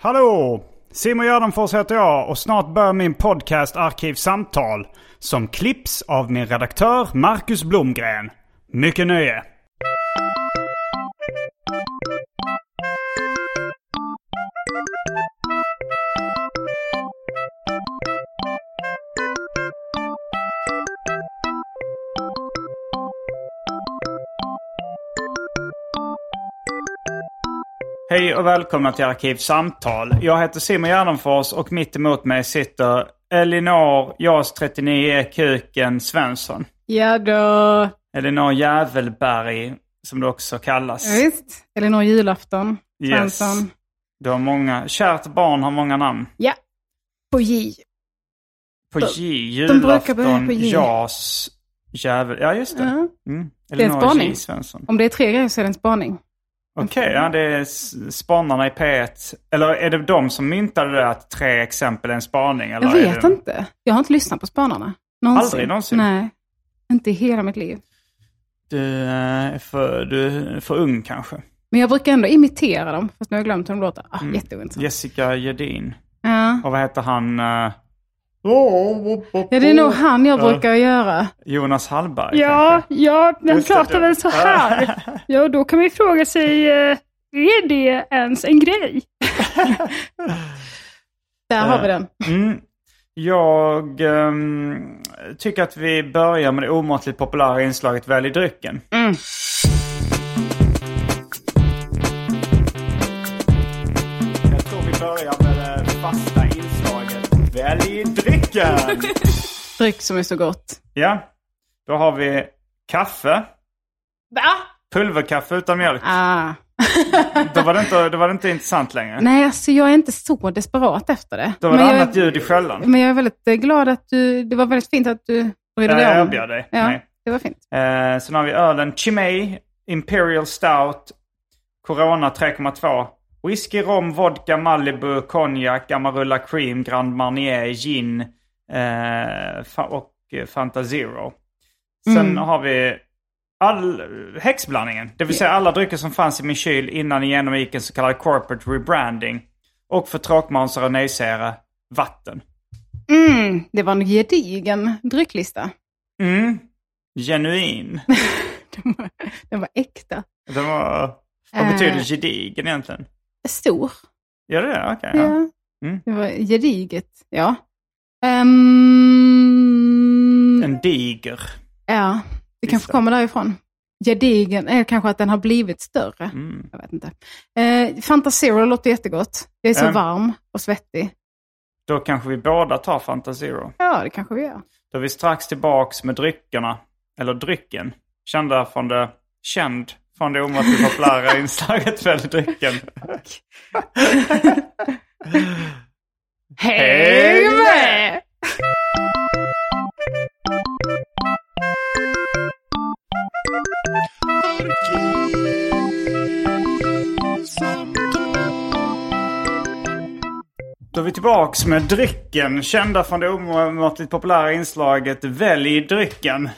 Hallå! Simon Gärdenfors heter jag och snart börjar min podcast Arkivsamtal som klipps av min redaktör Marcus Blomgren. Mycket nöje! Hej och välkomna till Arkivsamtal. Jag heter Simon Gärdenfors och mitt emot mig sitter Elinor JAS 39 Kuken Svensson. Ja då. Elinor Jävelberg, som du också kallas. Ja, visst. Eller någon julafton. Svensson. Yes. Du har många... Kärt barn har många namn. Ja. På J. På De- J, de brukar börja julafton, på J. JAS, Jävel... Ja, just det. Ja. Mm. är en Elinor J spaning. Svensson. Om det är tre grejer så är det en spaning. Okej, ja, det är s- spanarna i P1. Eller är det de som myntade det att tre exempel är en spaning? Eller Jag är vet det... inte. Jag har inte lyssnat på spanarna. Någonsin. Aldrig någonsin? Nej. Inte i hela mitt liv. Du eh, är för, du är för ung kanske. Men jag brukar ändå imitera dem. Fast nu har jag glömt hur de låter. Ah, Mm. Jätteointressant. Jessica Gedin. Ja. Och vad heter han? eh, ja, det är Oh. nog han jag brukar göra. Jonas Hallberg? Ja, kanske? ja, den Just det, pratar du- väl så här. Ja, då kan man ju fråga sig, eh, är det ens en grej? Där har vi den. Mm. Jag ehm, tycker att vi börjar med det omåttligt populära inslaget Välj drycken. Mm. Jag tror vi börjar med det fasta inslaget Välj drycken! Dryck som är så gott. ja, då har vi kaffe. Va? Pulverkaffe utan mjölk. Ah. Då var det inte, då var det inte intressant längre. Nej, alltså jag är inte så desperat efter det. Då var det men, annat jag, ljud i skällan. men jag är väldigt eh, glad att du... Det var väldigt fint att du brydde Ja, dig om. jag erbjöd dig. Ja, Nej. det var fint. Eh, sen har vi ölen Chimay, Imperial Stout, Corona 3,2, whisky, rom, vodka, Malibu, konjak, Amarula Cream, Grand Marnier, gin eh, fa- och eh, Fanta Zero. Sen har vi all, häxblandningen, det vill säga alla drycker som fanns i min kyl innan jag genomgick en så kallad corporate rebranding. Och för tråkmånsar och nejsägare, vatten. Mm, det var en gedigen drycklista. Mm. Genuin. Den var, den var äkta. Det var... Vad Eh. betyder gedigen egentligen? Stor. Gör det det? Okej. Ja. ja. Mm. Det var gediget. Ja. Ehm, En diger. ja, det kanske Lista. kommer därifrån. Gedigen är kanske att den har blivit större. Mm. Jag vet inte. Eh, Fanta Zero låter jättegott. Jag är så Ja. varm och svettig. Då kanske vi båda tar Fanta Zero. Ja, det kanske vi gör. Då är vi strax tillbaks med dryckerna. Eller drycken. Kända från det... Känd från det omåttligt populära inslaget Välj drycken. Hej med! Då är vi tillbaks med drycken. Kända från det omåttligt populära inslaget Välj drycken.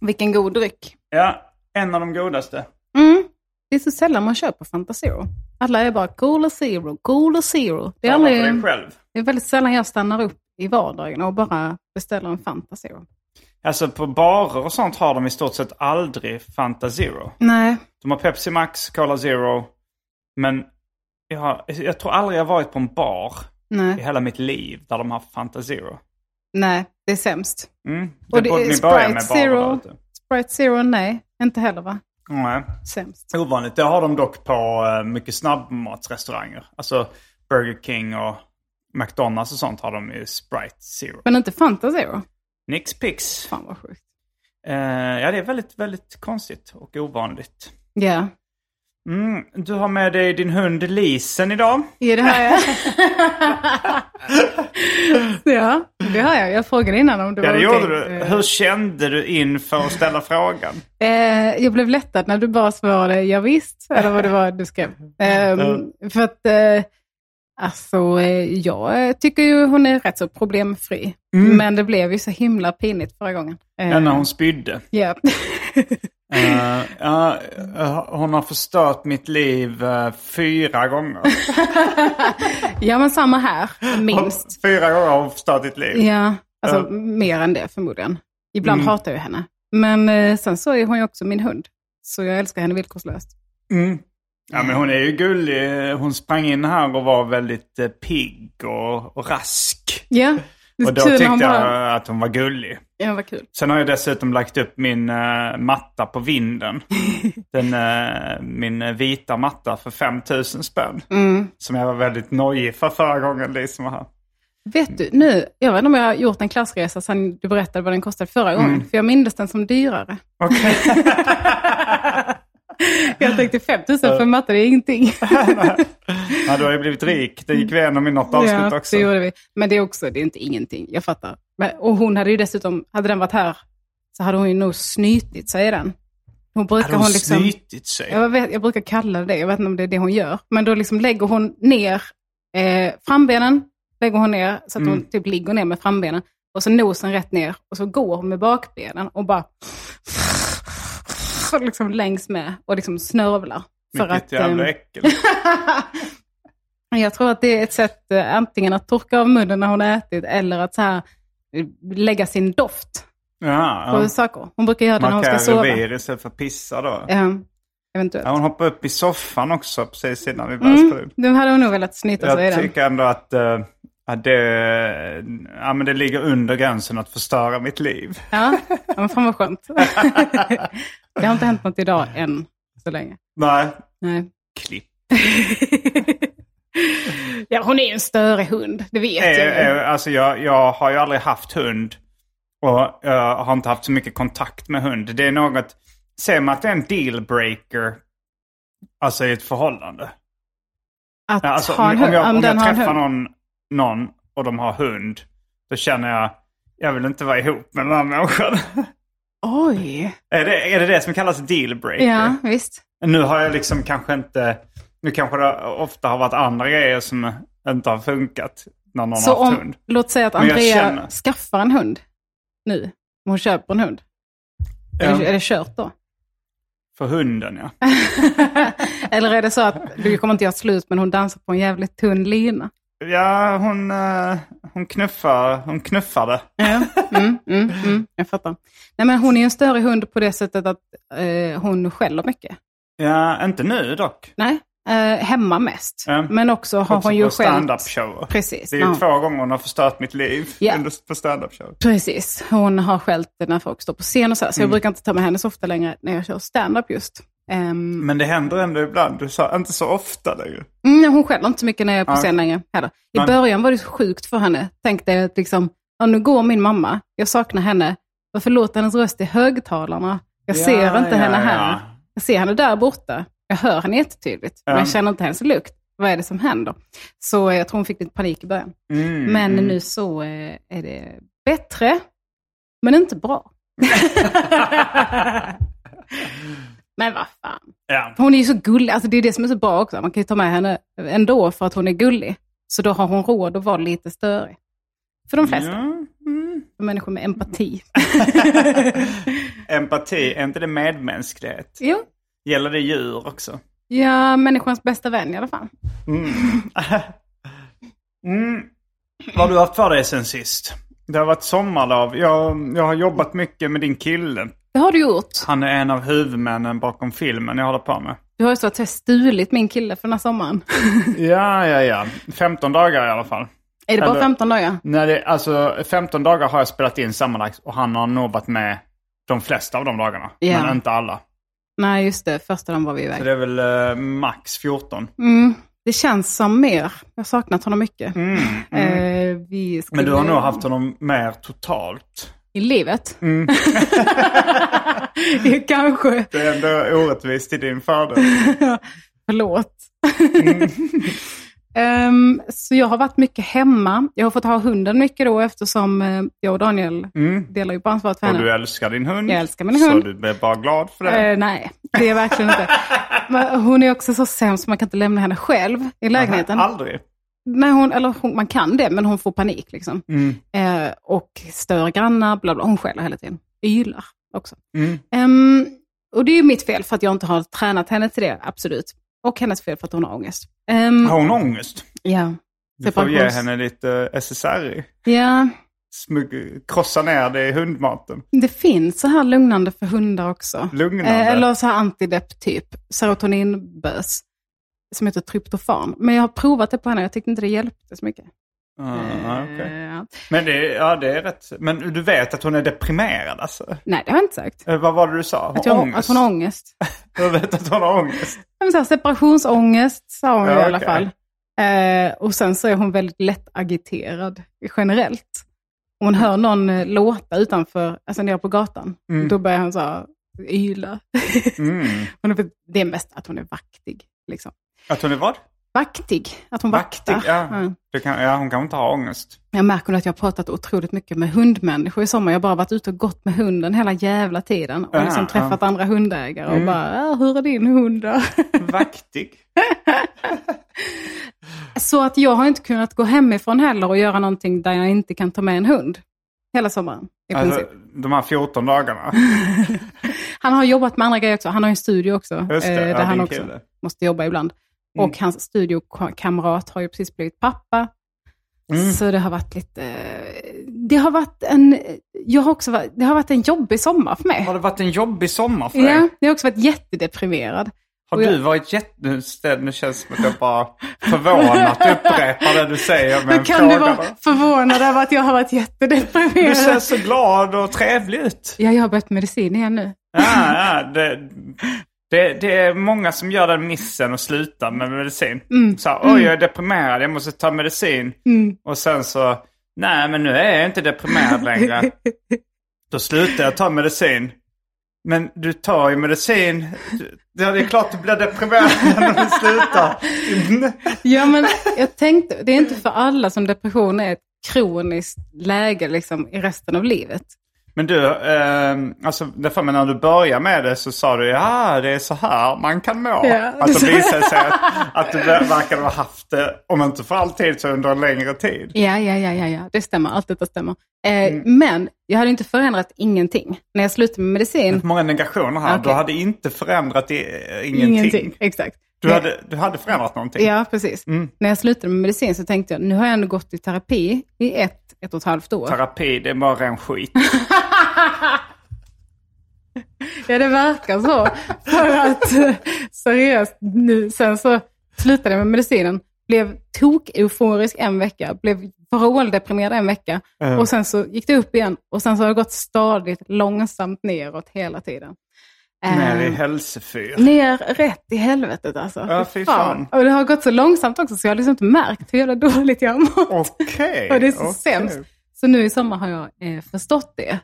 Vilken god dryck. Ja, en av de godaste. Mm. Det är så sällan man köper Fanta Zero. Alla är bara Cola Zero, Cola Zero. Det är, Tala aldrig, för dig själv. det är väldigt sällan jag stannar upp i vardagen och bara beställer en Fanta Zero. Alltså på barer och sånt har de i stort sett aldrig Fanta Zero. Nej. De har Pepsi Max, Cola Zero. Men jag, har, jag tror aldrig jag varit på en bar i Nej. hela mitt liv där de har Fanta Zero. Nej, det är sämst. Mm. Det Och det borde är ni börja med Sprite barer Zero. där ute. Sprite Zero, nej. Inte heller va? Nej. Sämst. Ovanligt. Det har de dock på eh, mycket snabbmatsrestauranger. Alltså Burger King och McDonalds och sånt har de ju Sprite Zero. Men inte Fanta Zero. Nix Pix. Fan vad sjukt. Eh, ja, det är väldigt, väldigt konstigt och ovanligt. Ja. Mm, du har med dig din hund Lisen idag. Ja, det har jag. ja, det har jag. Jag frågade innan om det Ja, var det okej. gjorde du. Hur kände du inför att ställa frågan? Eh, jag blev lättad när du bara svarade ja, visst eller vad det var du skrev. Ehm, för att, eh, alltså, eh, jag tycker ju hon är rätt så problemfri. Men det blev ju så himla pinigt förra gången. Eh, Mm. Ja, när hon spydde. ja. Eh, ja, eh, hon har förstört mitt liv eh, fyra gånger. ja, men samma här, minst. Fyra gånger har hon förstört ditt liv. Ja, alltså Ja. mer än det förmodligen. Ibland Mm. hatar jag henne. Men eh, sen så är hon ju också min hund. Så jag älskar henne villkorslöst. Mm. Ja, men hon är ju gullig. Hon sprang in här och var väldigt eh, pigg och, och rask. Ja, det Och är då så kul tyckte när hon bara... jag att hon var gullig. Ja, vad kul. Sen har jag dessutom lagt upp min eh, matta på vinden. Den, eh, min eh, vita matta för 5000 spänn. Mm. Som jag var väldigt nojig för förra gången Lisa var här. Vet du, nu, jag vet inte om jag har gjort en klassresa sen du berättade vad den kostade förra gången. För jag mindes den som dyrare. Okej. Jag tänkte 5 000 för matte, det är ingenting. ja, du har ju blivit rik. Det gick vi igenom i något avsnitt ja, också. Det gjorde vi. Men det är också, det är inte ingenting, jag fattar. Men, och hon hade ju dessutom, hade den varit här så hade hon ju nog snytit sig i den. Hon brukar Hade hon, hon liksom... snytit sig? Jag, vet, jag brukar kalla det det, jag vet inte om det är det hon gör. Men då liksom lägger hon ner eh, frambenen, lägger hon ner så att hon Mm. typ ligger ner med frambenen. Och så nosen rätt ner och så går hon med bakbenen och bara liksom längs med och liksom snörvlar. För Vilket att, jävla ehm, äckel. jag tror att det är ett sätt eh, antingen att torka av munnen när hon har ätit eller att så här, eh, lägga sin doft på Ja, saker. Hon brukar göra ja. det när hon ska Markera sova. revir istället för att pissa då. Eh, eventuellt. Ja, hon hoppade upp i soffan också precis innan vi började spela Mm, in. nu hade hon nog velat snyta sig i Jag den. tycker ändå att, eh, att det, ja, men det ligger under gränsen att förstöra mitt liv. Ja, ja, men fan vad skönt. Det har inte hänt något idag än, så länge. Nej, Nej. klipp. Ja, hon är ju en större hund, det vet Eh, jag ju. eh, Alltså jag, jag har ju aldrig haft hund och jag har inte haft så mycket kontakt med hund. Det är något, ser man att det är en dealbreaker, alltså i ett förhållande. Att Ja, alltså, ha en om, om hund, jag, om om den jag har en träffar hund. någon, någon och de har hund, då känner jag, jag vill inte vara ihop med den här människan. Oj! är, det, är det det som kallas dealbreaker? Ja, visst. Nu har jag liksom kanske inte... Nu kanske det ofta har varit andra grejer som inte har funkat när någon Så har haft om, hund. låt säga att Men jag Andrea känner- skaffar en hund nu. Om Hon köper en hund. Är, det, är Ja, det kört då? för hunden ja. Eller är det så att du kommer inte göra slut, men hon dansar på en jävligt tunn lina? Ja, hon, eh, hon, knuffar, hon knuffade. Mm, mm, mm, jag fattar. Nej, men hon är ju en större hund på det sättet att eh, hon skäller mycket. Ja, inte nu dock. Nej, eh, hemma mest. Ja. Men också har Också hon ju på skällt. stand-up show. Precis. Det är ju när- två gånger hon har förstört mitt liv Ja. under, på stand-up show. Precis, hon har skällt när folk står på scen och så. Mm. Här, så jag brukar inte ta med henne så ofta längre när jag kör stand-up just. Ehm, Men det händer ändå ibland. Du sa inte så ofta längre. mm, hon skäller inte så mycket när jag är på Nej. scen längre heller. I Nej. början var det så sjukt för henne. Tänkte att liksom, ja, nu går min mamma, jag saknar henne. Varför låter hennes röst i högtalarna? Jag ser inte henne här. Jag ser henne där borta. Jag hör henne jättetydligt, men Ja. jag känner inte hennes lukt. Vad är det som händer? Så eh, jag tror hon fick lite panik i början. Ja. Mm, Men mm. nu så eh, är det bättre, men inte bra. men vad fan. Ja. Hon är ju så gullig. Alltså det är det som är så bra också. Man kan ju ta med henne ändå för att hon är gullig. Så då har hon råd att vara lite störig. För de flesta. Ja. Mm. För människor med empati. Empati, är inte det medmänsklighet? jo. Gäller det djur också? Ja, människans bästa vän i alla fall. Mm. mm. Vad har du haft för dig sen sist? Det har varit sommarlov. Jag, jag har jobbat mycket med din kille. Det har du gjort. Han är en av huvudmännen bakom filmen jag håller på med. Du har ju så att säga stulit min kille för den här sommaren. Ja, ja, ja. 15 dagar i alla fall. Är det bara Eller- 15 dagar? Nej, det, alltså 15 dagar har jag spelat in sammanlagt och han har nog varit med de flesta av de dagarna. Ja. Men inte alla. Nej, just det. Första dagen var vi iväg. Så det är väl eh, max 14. Mm. Det känns som mer. Jag har saknat honom mycket. Mm, mm. Eh, vi skulle... Men du har nog haft honom mer totalt. I livet? Mm. Kanske. Det är ändå orättvist till din fördel. Förlåt. Mm. Ehm, så jag har varit mycket hemma. Jag har fått ha hunden mycket då eftersom eh, jag och Daniel Mm. delar ju på ansvaret för Och henne. du älskar din hund. Jag älskar min hund. Så du blir bara glad för det. Eh, nej, det är verkligen inte. Men hon är också så sämst, man kan inte lämna henne själv i lägenheten. Aldrig. Nej, hon, eller hon, man kan det, men hon får panik. Liksom. Mm. Eh, och stör grannar, bla bla. Hon skäller hela tiden. Ylar också. Mm. Ehm, och det är ju mitt fel för att jag inte har tränat henne till det, absolut. Och hennes fel för att hon har ångest. Ehm, Har hon ångest? ja. Du får ge Separations- henne lite eh, SSRI. ja, Smyg, krossa ner det i hundmaten. det finns så här lugnande för hundar också. Lugnande. Eh, eller så här antidepp typ, serotoninbös, som heter tryptofan. Men jag har provat det på henne jag tyckte inte det hjälpte så mycket. Ah, okej. Eh, Men det, ja, det är rätt. Men du vet att hon är deprimerad alltså? nej, det har jag inte sagt. Eh, Vad var det du sa? Har Att, jag, ångest? att hon har ångest. Jag vet att hon har ångest. Ja, men så här, separationsångest sa hon Ja, i alla okej. fall. Eh, och sen så är hon väldigt lätt agiterad generellt. Om hon hör någon eh, låta utanför, alltså nere på gatan, Mm. då börjar hon så här, yla. Mm. hon är, det är mest att hon är vaktig. Liksom. Att hon är vad? Vaktig, att hon vaktar. Vaktig, ja. Mm. Det kan, ja, hon kanske inte har ångest. Jag märker nu att jag har pratat otroligt mycket med hundmänniskor i sommar. Jag har bara varit ute och gått med hunden hela jävla tiden. Och Ah, liksom träffat andra hundägare och Mm. bara, "Ah, hur är din hund då? Vaktig? Så att jag har inte kunnat gå hemifrån heller och göra någonting där jag inte kan ta med en hund. Hela sommaren i alltså, princip. de här 14 dagarna. Han har jobbat med andra grejer också. Han har en studio också. Just det, eh, ja, där han din också kille. måste jobba ibland. Mm. Och hans studiokamrat har ju precis blivit pappa. Mm. Så det har varit lite... Det har varit en... Jag har också varit, det har varit en jobbig sommar för mig. Har det varit en jobbig sommar för dig? Ja, jag har också varit jättedeprimerad. Har Och jag- du varit jättestädd? Nu känns det som att jag bara förvånat upprepar det du säger med Men en kan fråga. du vara förvånad över att jag har varit Du jättedeprimerad? ser så glad och trevlig ut. Ja, jag har börjat medicin igen nu. Ja, ja, det, det, det är många som gör den missen och slutar med medicin. Så här, oj jag är deprimerad, jag måste ta medicin. Och sen så, nej men nu är jag inte deprimerad längre. Då slutar jag ta medicin. Men du tar ju medicin. Du- Det är klart du blir deprimerad när du slutar. Ja, men jag tänkte, det är inte för alla som depression är ett kroniskt läge liksom, i resten av livet. Men du, eh, alltså därför men när du började med det så sa du ja det är så här man kan må. Ja. Att det visade sig att, att du verkar ha haft det, om inte för alltid så under en längre tid. Ja, ja, ja, ja, ja. det stämmer. Allt detta stämmer. Eh, Men jag hade inte förändrat ingenting när jag slutade med medicin. Många negationer här. Du Okej. hade inte förändrat i, eh, ingenting. Exakt. Eh, Du, hade, du hade förändrat någonting. Ja, precis. När jag slutade med medicin så tänkte jag, nu har jag ändå gått i terapi i ett, ett och ett halvt år. Terapi, det är bara ren skit. Ja, det verkar så. För att eh, seriöst, nu, sen så slutade jag med medicinen, blev tok-euforisk en vecka, blev vråldeprimerad en vecka Mm. och sen så gick det upp igen och sen så har det gått stadigt långsamt neråt hela tiden. Eh, Ner i hälsefyr. ner rätt i helvetet alltså. Ja, fy fan. Och det har gått så långsamt också så jag har liksom inte märkt hur jävla dåligt jag har mått. Okej. Och det är så okej. sämst. Så nu i sommar har jag eh, förstått det.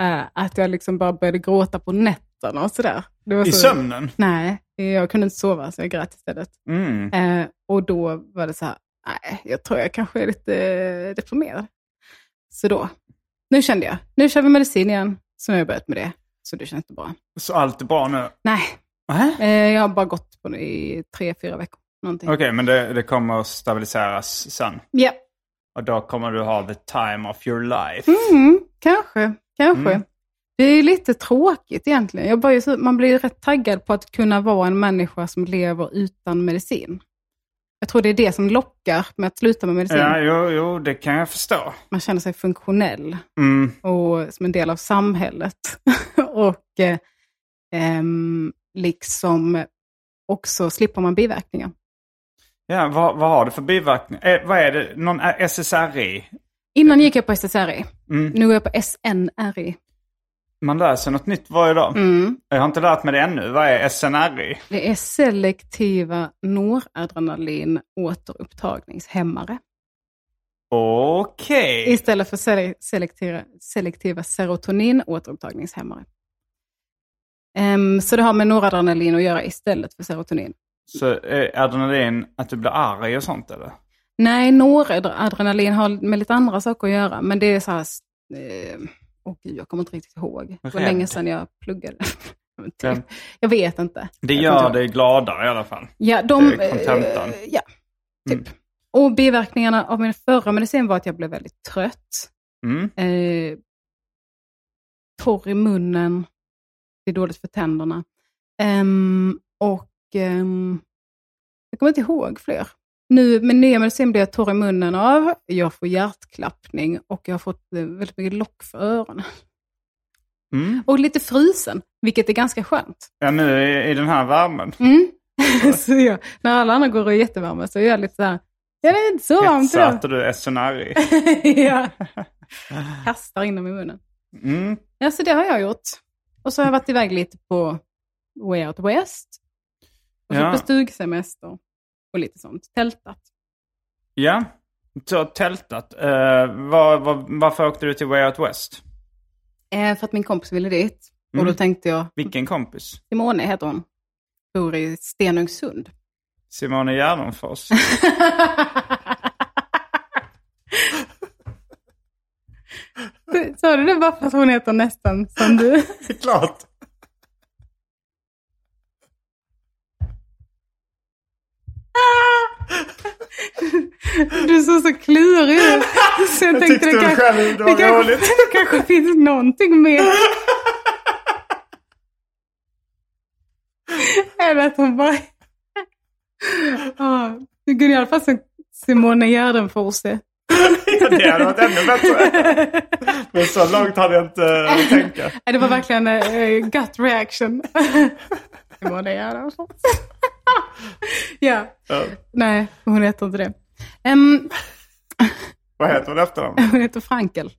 Eh, att jag liksom bara började gråta på nätterna och sådär. Det var I så- sömnen? Nej, Eh, jag kunde inte sova så jag grät istället. Mm. Eh, och då var det så här, nej, jag tror jag kanske är lite eh, deprimerad. Så då, nu kände jag, nu kör vi medicin igen. Så nu har jag börjat med det. Så det känns inte bra. Så allt är bra nu? Nej, Äh? eh, jag har bara gått på det i tre, fyra veckor. Någonting. Okej, men det, det kommer att stabiliseras sen. Ja, Och då kommer du ha the time of your life. mm, kanske, kanske. Mm. Det är ju lite tråkigt egentligen. Jag börjar, så- man blir ju rätt taggad på att kunna vara en människa som lever utan medicin. Jag tror det är det som lockar med att sluta med medicin. Ja, jo, jo, det kan jag förstå. Man känner sig funktionell Mm. och som en del av samhället. och eh, ehm, liksom också slipper man biverkningar. Ja, vad, vad har du för biverkningar? Eh, vad är det? Någon SSRI? Innan gick jag på SSRI. Mm. Nu går jag på SNRI. Man lär sig något nytt varje dag. Mm. Jag har inte lärt mig det ännu. Vad är SNRI? Det är selektiva noradrenalin återupptagningshämmare. Okej. Istället för sele- selektiva, selektiva serotonin återupptagningshämmare. Ehm, så det har med noradrenalin att göra istället för serotonin. Så eh, adrenalin, att du blir arg och sånt eller? Nej, noradrenalin har med lite andra saker att göra, men det är så här... eh, Åh gud, jag kommer inte riktigt ihåg. Det var Rädd. länge sedan jag pluggade. Jag vet inte. Den- jag vet inte. Det Typ. Jag gör kommer inte dig gladare i alla fall. Ja, de... Det är Mm. kontentan. eh, Ja, typ. Och biverkningarna av min förra medicin var att jag blev väldigt trött, Mm. eh, torr i munnen, det är dåligt för tänderna. Ehm, och ehm, jag kommer inte ihåg fler. Nu med nya medicin blir jag torr i munnen av, jag får hjärtklappning och jag har fått eh, väldigt mycket lock för öronen. Mm. Och lite frusen, vilket är ganska skönt. Ja, nu i, i den här värmen. Mm. så jag, när alla andra går och är jättevärma så är jag lite så här, ja det är inte så varmt Hetsa idag. att du är SNRI. ja. Kastar inom i munnen. Mm. Ja, så det har jag gjort. Och så har jag varit iväg lite på Way Out West. Och så Ja. på stugsemester. Och lite sånt. Tältat. Ja, du har tältat. Eh, var, var, varför åkte du till Way Out West? Eh, för att min kompis ville dit. Och Mm. då tänkte jag, Vilken kompis? Simone heter hon. Bor i Stenungsund. Simone Gärdenfors. Sa du det bara för att hon heter nästan som du? Det är klart. Ah! Du såg så klurig ut. Så jag, tänkte det kanske, själv det kanske, det kanske finns någonting mer. Än att hon bara... Ah, du kunde i alla fall som Simone Gärdenfors är. det hade varit ännu bättre. Men så långt hade jag inte eh, tänka. Nej, Det var verkligen uh, gut reaction. Simone Gärdenfors. ja, Eh, nej hon heter inte det. Ehm, vad heter hon efternamn? hon heter Frankel.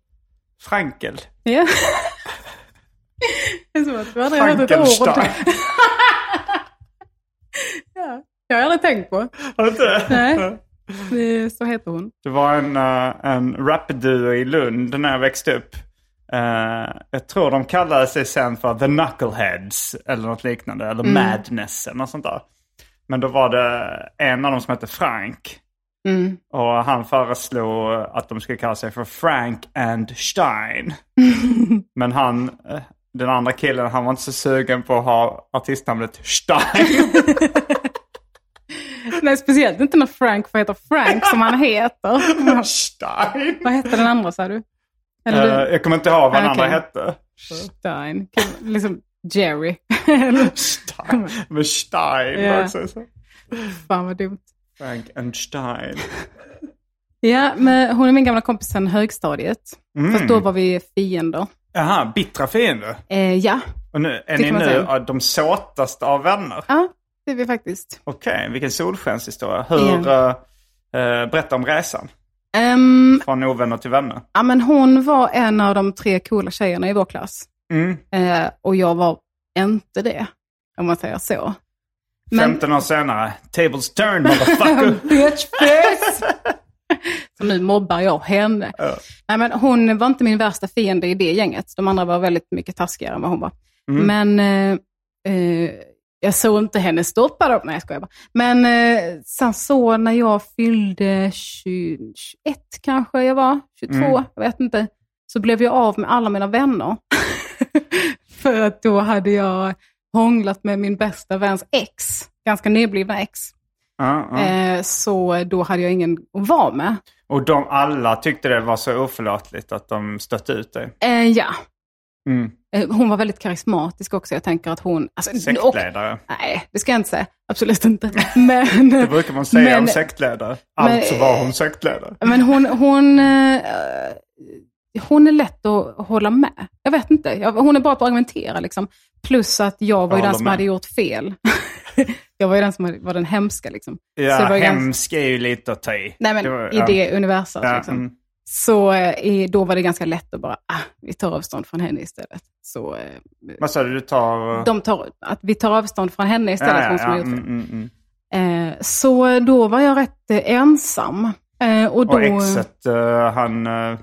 Frankel. Ja. Det är som att du aldrig har hört ett ord. Frankenstein. Ja, jag har jag aldrig tänkt på. Har du inte? Nej. Eh, Så heter hon. Det var en, eh, en rapduo i Lund när jag växte upp. Eh, jag tror de kallade sig sen för The Knuckleheads eller något liknande. Eller Mm. Madness eller något sånt där. Men då var det en av dem som hette Frank. Mm. Och han föreslog att de skulle kalla sig för Frank and Stein. Men han, eh, den andra killen, han var inte så sugen på att ha artistnamnet Stein. Nej, speciellt inte när Frank får heta Frank som han heter. Stein. Vad hette den andra sa du? Eller Eh, du? jag kommer inte ihåg vad den Okej. andra hette. Stein. Kan- Liksom Jerry. Eller, Stein. Men Stein Ja. också. Så. fan vad dumt. Frank and Stein. Ja, men hon är min gamla kompis sen högstadiet. Fast då var vi fiender. Jaha, bittra fiender. Eh, ja. Och nu är Det ni kan man nu säga. eh, de såtaste av vänner. ja, det är vi faktiskt. Okej, vilken solskenshistoria. Hur, yeah. berätta om resan. Ehm, Från ovänner till vänner. ja, men hon var en av de tre coola tjejerna i vår klass. Mm. Eh, och jag var inte det, om man säger så. Men- 15 år senare, tables turn motherfucker. Bitch face! Så nu mobbar jag henne. Ja. Nej, men hon var inte min värsta fiende i det gänget. De andra var väldigt mycket taskigare än vad hon var. Mm. Men eh, eh, jag såg inte henne stoppa dem. Nej, jag skojar bara. Men eh, sen så när jag fyllde 20, 21 kanske jag var, 22, Mm. jag vet inte, så blev jag av med alla mina vänner. För att då hade jag hånglat med min bästa väns ex, ganska nyblivna ex. Ja, ja. Eh, så då hade jag ingen att vara med. Och de alla tyckte det var så oförlåtligt att de stötte ut dig. Eh, ja, Mm. Eh, Hon var väldigt karismatisk också. Jag tänker att hon... Alltså, och, Sektledare. nej, det ska jag inte säga. Absolut inte. Men, Det brukar man säga om Men- sektledare. Alltså men- var hon sektledare. men hon, hon, eh, hon är lätt att hålla med. Jag vet inte. Jag, hon är bra på att argumentera. Liksom. Plus att jag Jag var ju den håller som med. hade gjort fel. jag var ju den som hade, var den hemska. Liksom. Ja, Så det var ju ganska- hemsk är ju lite att ta i. Nej, men Det var- i ja. det universum. Ja, liksom. mm. Så eh, i- då var det ganska lätt att bara, ah, vi tar avstånd från henne istället. Så eh, Vad sa du? Du tar... eh, de tar, att vi tar avstånd från henne istället, hon som har gjort mm, det. mm, mm. Eh, så då var jag rätt eh, ensam. Eh, och då, Och exet, eh, han, eh,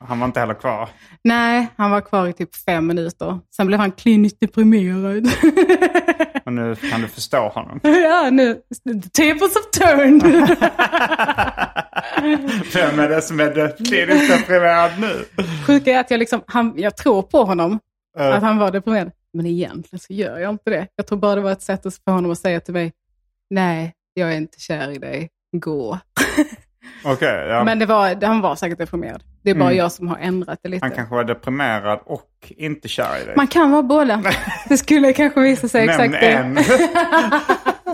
han var inte heller kvar. Nej, han var kvar i typ fem minuter. Sen blev han kliniskt deprimerad. Men nu kan du förstå honom. ja, nu, typ the tables have turned. Vem är det som är dödskliniskt deprimerad nu? Sjuka är att jag, liksom, han, jag tror på honom, Eh, att han var deprimerad. Men egentligen så gör jag inte det. Jag tror bara det var ett sätt att få honom att säga till mig, nej, jag är inte kär i dig, gå. Okej, ja. Mm. Men det var, han var säkert deprimerad. Det är bara jag som har ändrat det lite. han kanske var deprimerad och inte kär i dig. Man kan vara båda. Det skulle kanske visa sig Nämn exakt en det.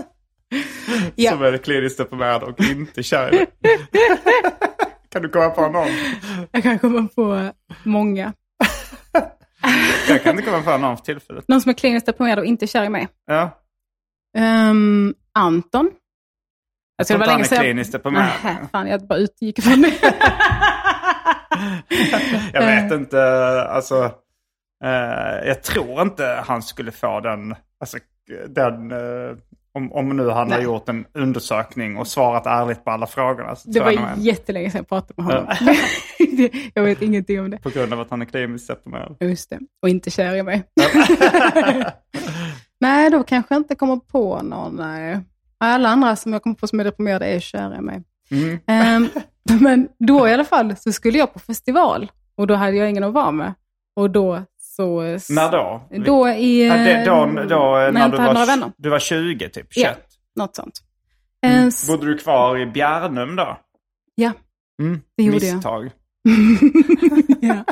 Ja. som är kliniskt deprimerad och inte kär i dig. kan du komma på någon? Jag kan komma på många. Jag kan inte komma på någon för tillfället. Någon som är kliniskt deprimerad och inte kär i mig. Ja. Ehm, Anton. Alltså, tror Jag inte han är sedan jag- kliniskt deprimerad. Nej, fan, jag bara utgick från det. Jag Eh. vet inte, alltså. Eh, jag tror inte han skulle få den, alltså den, eh, om, om nu han har Nej. gjort en undersökning och svarat ärligt på alla frågorna. Så Det tror jag nog var han- jättelänge sedan jag pratade med honom. jag vet ingenting om det. På grund av att han är kliniskt deprimerad. Ja, Just det. Och inte kär i mig. nej, då kanske jag inte kommer på någon. Nej. Alla andra som jag kommer på som är deprimerade är kär i mig. Mm. Ehm, men då i alla fall så skulle jag på festival och då hade jag ingen att vara med. Och då så... När då? Då i... eh, Ja, det, då, då, eh, när när jag du, inte hade några var, vänner. du var 20 typ, Ja. 21. Något sånt. Mm, Ehm, s- Bodde du kvar i Bjärnum då? Ja. Mm. Det gjorde jag. misstag. ja.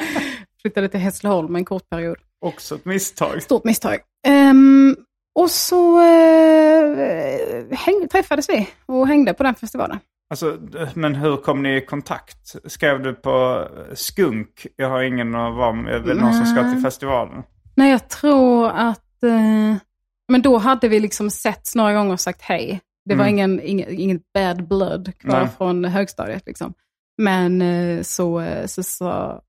Flyttade till Hässleholm en kort period. Också ett misstag. Stort misstag. Ehm, och så eh, häng, träffades vi och hängde på den festivalen. Alltså, d- men hur kom ni i kontakt? Skrev du på eh, skunk? Jag har ingen att vara med. Är det någon som ska till Nej. festivalen? Nej, jag tror att... Eh, men då hade vi liksom setts några gånger och sagt hej. Det var Mm. ingen, ingen, inget bad blood kvar Nej. från högstadiet. Liksom. Men eh, så, så, så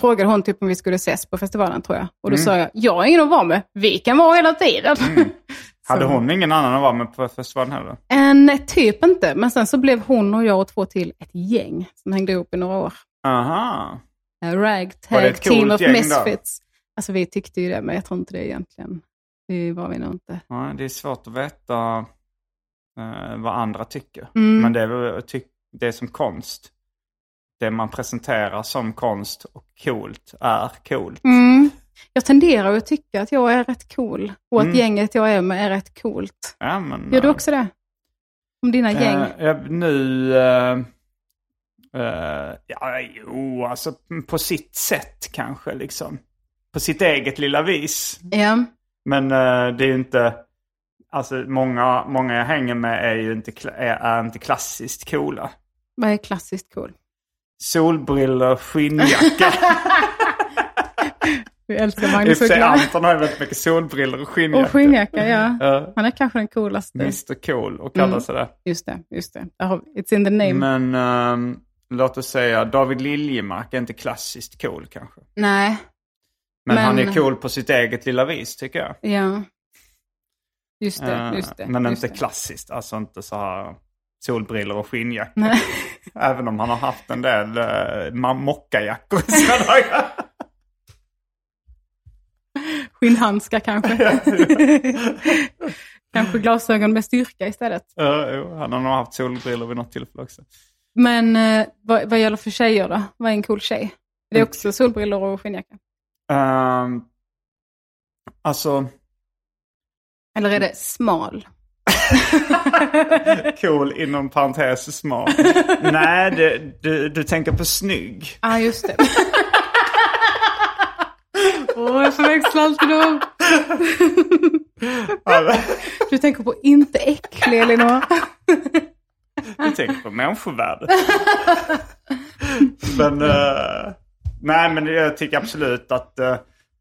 frågade hon typ om vi skulle ses på festivalen, tror jag. Och då Mm. sa jag, jag har ingen att vara med. Vi kan vara hela tiden. Hade Så. hon ingen annan att vara med på festivalen heller? En typ inte, men sen så blev hon och jag och två till ett gäng som hängde ihop i några år. Aha. A Var det ragtag ett coolt team of gäng då? misfits. Alltså vi tyckte ju det, men jag tror inte det egentligen. Det var vi nog inte. Ja, det är svårt att veta eh, vad andra tycker. Mm. Men det är, väl- ty- det är som konst. Det man presenterar som konst och coolt är coolt. Mm. Jag tenderar att tycka att jag är rätt cool och att Mm. gänget jag är med är rätt coolt. Ja, men, Gör du eh, också det? Om dina gäng? Eh, ja, nu... eh, eh, ja, jo, alltså på sitt sätt kanske liksom. På sitt eget lilla vis. Ja. Men eh, det är ju inte... Alltså många, många jag hänger med är ju inte, kla- är, är inte klassiskt coola. Vad är klassiskt cool? Solbriller, skinnjacka. Vi älskar I och Magnus för sig Uggla. Anton har ju väldigt mycket solbriller och skinnjacka. Och skinnjacka, ja. Ja. Han är kanske den coolaste. Mr Cool och kallar Mm. sig det. Just det, just det. Där har vi- It's in the name. Men ehm, låt oss säga David Liljemark är inte klassiskt cool kanske. Nej, Men, Men- han är cool på sitt eget lilla vis tycker jag. ja. Just det, Eh, just det. Men just inte det. klassiskt, alltså inte så här solbriller och skinnjacka. Nej. Även om han har haft en del uh, mockajackor och sådana. Skinnhandskar kanske. kanske glasögon med styrka istället. Eh, jo, han har nog haft solbriller vid något tillfälle också. Men eh, vad, vad gäller för tjejer då? Vad är en cool tjej? Är det Mm. också solbrillor och skinnjacka? Ehm, alltså, Eller är det smal? cool inom parentes smal. Nej, det, du, du tänker på snygg. Ja, ah, just det. Åh, jag förväxlar alltid dem. Alla- Du tänker på inte äcklig Elinor. Du tänker på människovärdet. men, eh, nej, men jag tycker absolut att eh,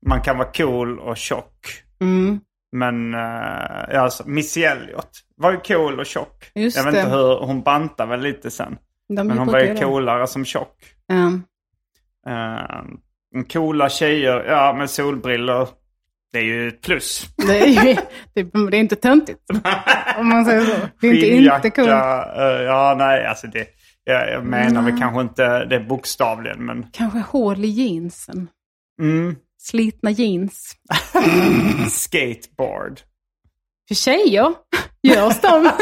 man kan vara cool och tjock. Mm. Men uh, alltså, Missy Elliot var ju cool och tjock. Just jag vet det. Mm, inte hur, hon bantade väl lite sen. De Men hon var brukar ju det. coolare som tjock. Ja. Uh, coola tjejer, ja med solbriller. Det är ju ett plus. Det är, ju, typ, det, det är inte töntigt. Om man säger så. Det är inte inte Skinnjacka, coolt. eh, ja, nej, alltså det. Jag, jag menar väl kanske inte det bokstavligen, men. Kanske hål i jeansen. Mm. Slitna jeans. Skateboard. För tjejer görs de. Ja,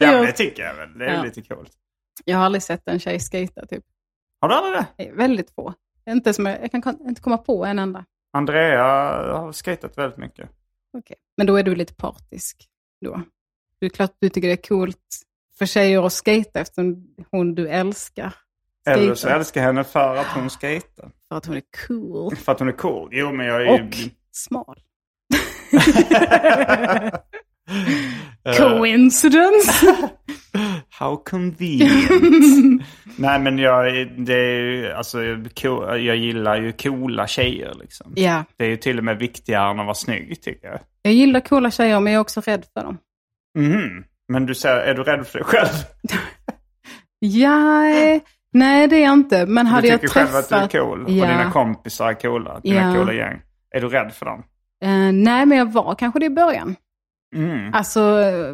Ja. men det tycker jag väl. Det är Ja. lite coolt. jag har aldrig sett en tjej skejta typ. Har du aldrig det? Det är Väldigt få. Inte som jag, jag kan kon- inte komma på en enda. Andrea har skejtat väldigt mycket. Okej. Men då är du lite partisk då. Det är klart du tycker det är coolt för tjejer att skejta eftersom hon du älskar Eller så skejtar. älskar jag henne för att hon skejtar. För att hon är cool För att hon är cool. Jo, men jag är ju... och smal. Coincidence! Eh, How convenient. Nej, men jag, är- det är ju, alltså, cool- jag gillar ju coola tjejer. Liksom. ja, Det är ju till och med viktigare än att vara snygg, tycker jag. jag gillar coola tjejer men jag är också rädd för dem. Mhm. Men du säger, är du rädd för dig själv? Ja, eh, nej det är jag inte. Men hade du jag tycker själv att träffat... du är cool. Ja. Och dina kompisar är coola. Dina Ja. coola gäng. Är du rädd för dem? Eh, nej, men jag var kanske det i början. Mm. Alltså,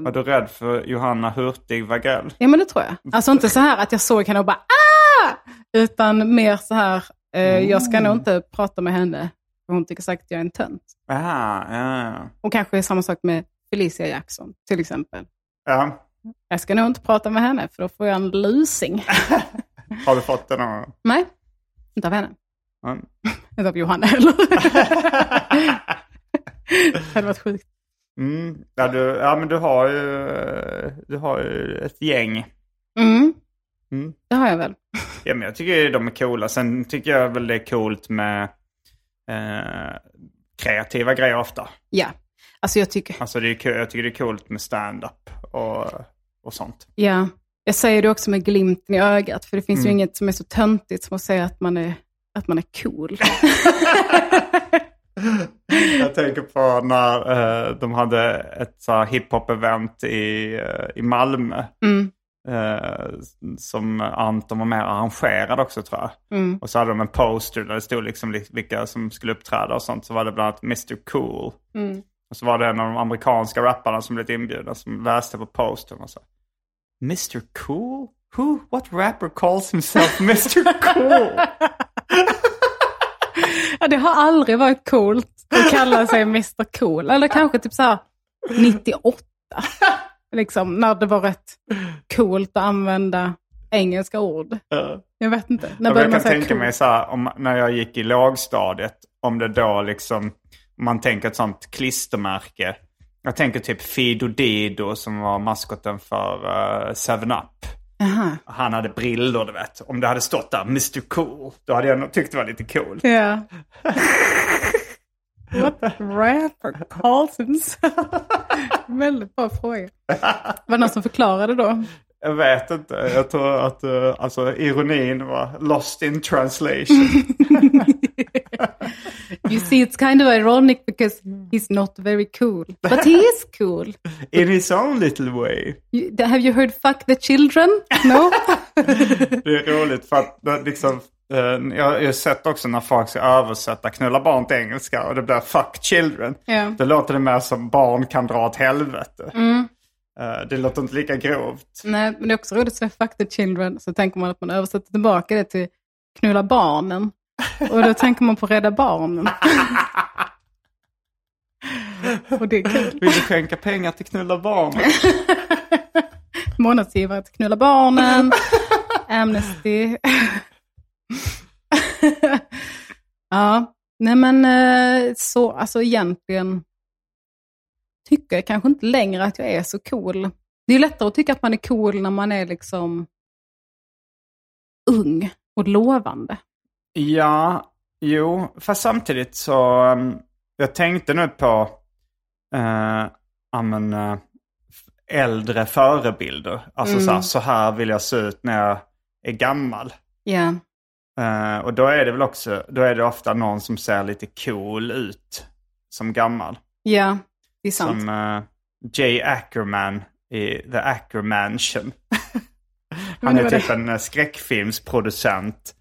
Var du rädd för Johanna Hurtig Wagrell? ja men det tror jag. Alltså inte så här att jag såg henne och bara ah! Utan mer så här, eh, jag ska Mm. nog inte prata med henne. För hon tycker säkert jag är en tönt. Aha, ja. Och kanske är samma sak med Felicia Jackson till exempel. ja. Jag ska nog inte prata med henne för då får jag en lusing. Har du fått den av... Mm. nej, inte av henne. Ja. Inte av Johanna heller. det hade varit sjukt. Mm. Ja, du, ja, men du har ju, eh, du har ju ett gäng. Mm. Mm. Det har jag väl. Ja, men jag tycker de är coola. Sen tycker jag väl det är coolt med eh, kreativa grejer ofta. Ja. Alltså jag tycker, Alltså det är, kul- jag tycker det är coolt med stand-up och, och sånt. Ja, jag säger det också med glimten i ögat, för det finns Mm. ju inget som är så töntigt som att säga att man är, att man är cool. Jag tänker på när eh, de hade ett så här hiphop-event i, eh, i Malmö. Mm. Eh, som Anton var med och arrangerade också tror jag. Mm. Och så hade de en poster där det stod liksom li- vilka som skulle uppträda och sånt. Så var det bland annat Mr Cool. Mm. Och så var det en av de amerikanska rapparna som blev inbjudna som läste på postern och sa Mr Cool? Who? What rapper calls himself Mr Cool? Ja, det har aldrig varit coolt att kalla sig Mr Cool, eller kanske typ så här 98, liksom, när det var rätt coolt att använda engelska ord. Eh. Jag vet inte. När Ja, men började jag kan man säga tänka cool? mig så här, om, när jag gick i lågstadiet, om det då liksom, om man tänker ett sånt klistermärke. Jag tänker typ Fido Dido som var maskoten för 7-Up. Jaha. Han hade brillor, du vet. Om det hade stått där Mr Cool, då hade jag nog tyckt det var lite cool. Ja. What rapper calls himself? Väldigt bra fråga. Var det någon som förklarade då? Jag vet inte, jag tror att eh, alltså, ironin var lost in translation. You see it's kind of ironic because he's not very cool. But he is cool. in his own little way. You, have you heard Fuck the Children? No? Det är roligt för att det liksom, eh, jag jag har sett också när folk ska översätta knulla barn till engelska och det blir fuck children. Ja. Då låter det mer som barn kan dra åt helvete. Eh, Det låter inte lika grovt. Nej, men det är också roligt att säga Fuck the Children. Så tänker man att man översätter tillbaka det till Knulla barnen. Och då tänker man på Rädda barnen. Och det är kul. Vill du skänka pengar till knulla barn? månadsgivare till Knulla Barnen, Amnesty. ja, nej men eh, så, alltså egentligen tycker jag kanske inte längre att jag är så cool. Det är lättare att tycka att man är cool när man är liksom ung och lovande. Ja, Jo, fast samtidigt så... ehm, jag tänkte nu på eh, ja, men, eh, f- äldre förebilder. Alltså så, här, så här vill jag se ut när jag är gammal. Ja. Eh, och då är det väl också, då är det ofta någon som ser lite cool ut som gammal. Ja, det är sant. Som eh, Jay Ackerman i The Ackermansion. Han det är var typ det. en eh, skräckfilmsproducent.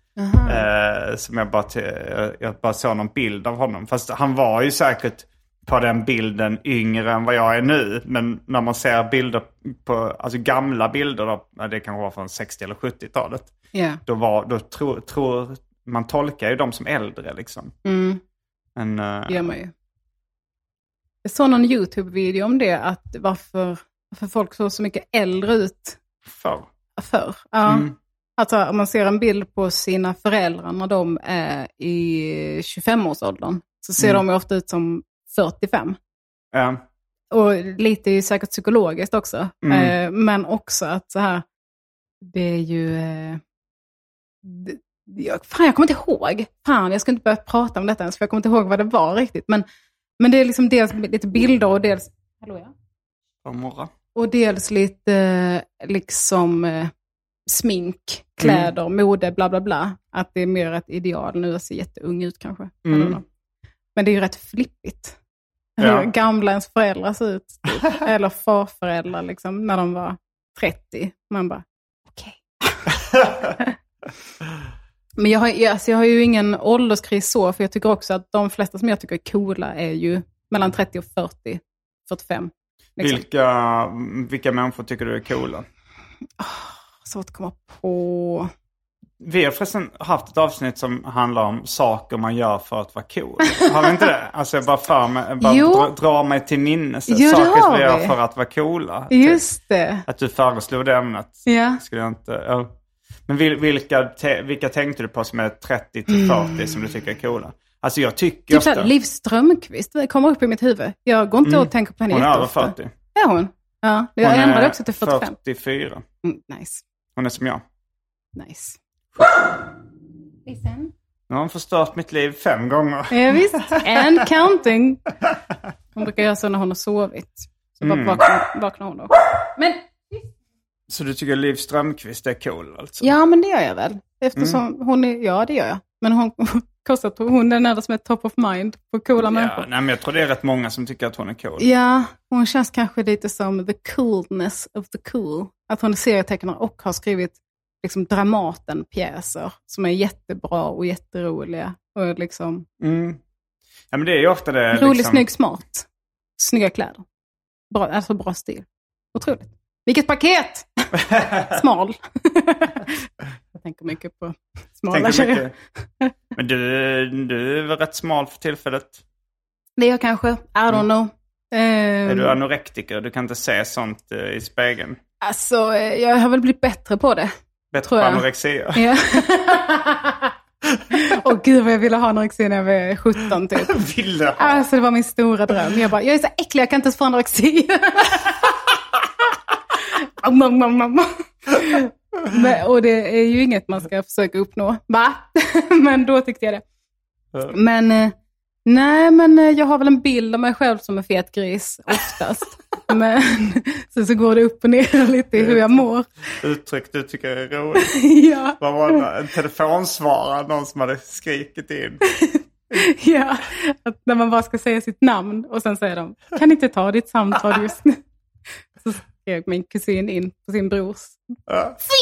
Eh, som jag bara, ty- jag, jag bara såg någon bild av honom. Fast han var ju säkert på den bilden yngre än vad jag är nu. Men när man ser bilder på, alltså gamla bilder, då, ja, det kanske var från 60 eller 70-talet. Ja. Då, var, då tror, tror man tolkar ju dem som äldre liksom. Mm. Men, eh, Det gör man ju. Jag såg någon YouTube-video om det, att varför, varför folk såg så mycket äldre ut förr. förr. Ja. Mm. Alltså om man ser en bild på sina föräldrar när de är i 25-årsåldern, så ser Mm. de ju ofta ut som 45. Ja. Och lite är ju säkert psykologiskt också. Mm. Eh, men också att så här, det är ju... Eh, det, jag, fan, jag kommer inte ihåg. Fan, jag ska inte börja prata om detta ens, för jag kommer inte ihåg vad det var riktigt. Men, men det är liksom dels lite bilder och dels... Hallå, ja. God morgon. Och dels lite eh, liksom eh, smink, kläder, Mm. mode, bla bla bla. Att det är mer ett ideal nu att se jätteung ut kanske. I don't Mm. know. Men det är ju rätt flippigt. Ja. Hur gamla ens föräldrar ser ut. Typ. Eller farföräldrar liksom, när de var 30. Man bara, okej. Men jag har, jag- alltså jag har ju ingen ålderskris så, för jag tycker också att de flesta som jag tycker är coola är ju mellan 30 och 40, 45. Liksom. vilka, mm, vilka människor tycker du är coola? Svårt att komma på. Vi har förresten haft ett avsnitt som handlar om saker man gör för att vara cool. Har vi inte det? Alltså jag bara, för mig, bara Jo. dra, drar mig till minnes. Jo, det saker som har vi gör vi. för att vara coola. Typ. Just det. Att du föreslog det ämnet. Ja. Typ Skulle jag inte, ja. Men vil- vilka, te, vilka tänkte du på som är 30 till 40 som du tycker är coola? Alltså jag tycker Mm. Typ såhär, ofta- Liv Strömquist kommer upp i mitt huvud. Jag går inte och tänker på henne Mm. Hon är över jätteofta. 40. Är hon? Ja, jag Hon är ändrade också till 45. 44. Mm, nice, Hon är som jag. nice. Nu har hon förstört mitt liv fem gånger. Ja, visst, and counting. Hon brukar göra så när hon har sovit. Så Mm. bara vaknar, vaknar hon då. Men, Så du tycker Liv Strömquist är cool alltså? ja, men det gör jag väl. Eftersom Mm. hon är, ja det gör jag. Men hon, kostat, hon är den enda som är top of mind på coola Ja, människor. nej, men jag tror det är rätt många som tycker att hon är cool. Ja, hon känns kanske lite som the coolness of the cool. Att hon är serietecknare och har skrivit liksom Dramaten-pjäser som är jättebra och jätteroliga. Och liksom, Mm. Ja, men det är ju ofta det. rolig, liksom- snygg, smart. Snygga kläder. Bra, alltså bra stil. Otroligt. Vilket paket! Smal. Jag tänker mycket på smala Tänker tjejer. mycket. Men du, du är väl rätt smal för tillfället. Det är jag kanske. I don't know. Mm. Är Ehm, du anorektiker? Du kan inte se sånt eh, i spegeln. alltså, eh, jag har väl blivit bättre på det. Bättre på Tror jag. anorexia. Ja. Åh gud vad jag ville ha anorexi när jag var 17 typ. Vill du? Alltså det var min stora dröm. Jag bara, jag är så äcklig, jag kan inte ens få anorexi. Om, om, om, om. Men, och det är ju inget man ska försöka uppnå. Va? Men då tyckte jag det. Men eh, nej, men eh, jag har väl en bild av mig själv som en fet gris oftast. Men sen så går det upp och ner lite i hur jag mår. Uttryck du tycker är roligt. Ja. Vad var det? En telefonsvarare, någon som hade skrikit in. Ja, att när man bara ska säga sitt namn och sen säger de, kan inte ta ditt samtal just nu. Så skrev min kusin in på sin brors.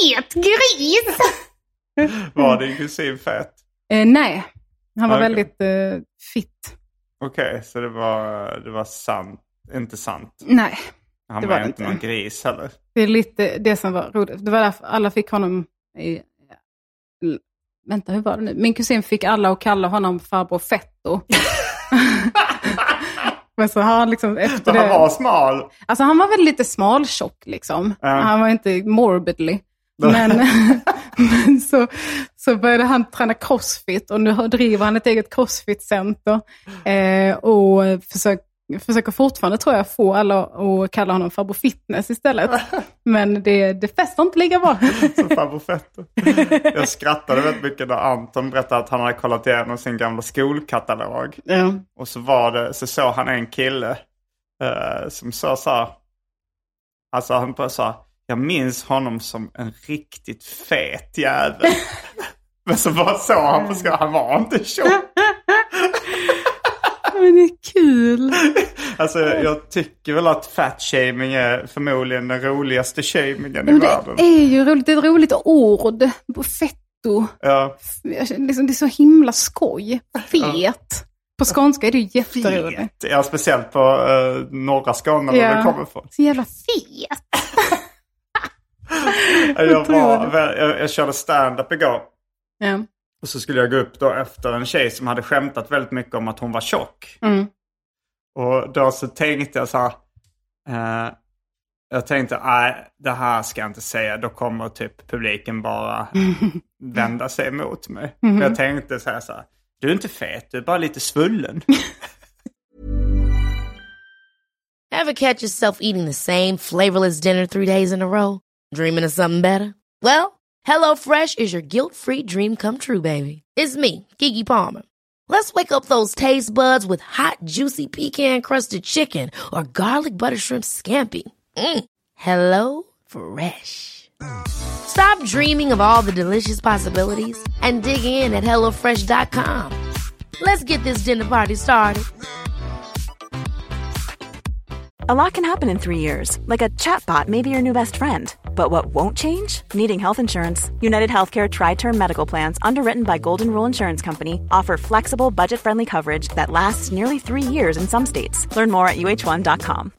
Fet gris! Var din kusin fet? Eh, nej, han var Okej. väldigt eh, fit. Okej, så det var, det var sant. Inte sant. Nej, Han Det var, var det inte inte. någon gris heller. det är lite det som var roligt. Det var därför alla fick honom i... l- Vänta, hur var det nu? Min kusin fick alla att kalla honom farbror Fetto. Men så har han liksom Men efter det... han var smal. Alltså han var väl lite smaltjock liksom. Ja. Han var inte morbidly. Men, men så, så började han träna crossfit och nu har- driver han ett eget crossfit-center. Eh, och försök, försöker fortfarande, tror jag, få alla att kalla honom farbror fitness istället. Men det, det fäster inte lika bra. Som farbror Fetter. Jag skrattade väldigt mycket när Anton berättade att han hade kollat igenom sin gamla skolkatalog. ja. Och så, var det, så såg han en kille eh, som sa så här. Alltså han bara så här, jag minns honom som en riktigt fet jävel. Men så bara såg han på skolan, han var inte tjock. Men det är kul. Alltså jag tycker väl att fat-shaming är förmodligen den roligaste shamingen i Men världen. det är ju roligt. Det är ett roligt ord. Fetto. Ja, Jag känner Liksom, det är så himla skoj. Fet. På skånska är det ju jätteroligt. fet. Ja, speciellt på eh, norra Skåne, där Ja. den kommer ifrån. Så jävla fet. Jag, var, Otroligt. jag, jag körde stand-up igår. Ja. Och så skulle jag gå upp då efter en tjej som hade skämtat väldigt mycket om att hon var tjock. Mm. Och då så tänkte jag så här. Eh, jag tänkte, nej det här ska jag inte säga. Då kommer typ publiken bara vända sig emot mig. Mm-hmm. Men Jag tänkte så här, så här. Du är inte fet, du är bara lite svullen. Ever catch yourself eating the same flavorless dinner three days in a row? Dreaming of something better? Well, HelloFresh is your guilt free dream come true, baby. It's me, Gigi Palmer. Let's wake up those taste buds with hot, juicy pecan crusted chicken or garlic butter shrimp scampi. Mm. Hello Fresh. Stop dreaming of all the delicious possibilities and dig in at HelloFresh.com. Let's get this dinner party started. A lot can happen in three years, like a chatbot may be your new best friend. But what won't change? Needing health insurance. United Healthcare Tri Term Medical Plans, underwritten by Golden Rule Insurance Company, offer flexible, budget friendly coverage that lasts nearly three years in some states. Learn more at uh1.com.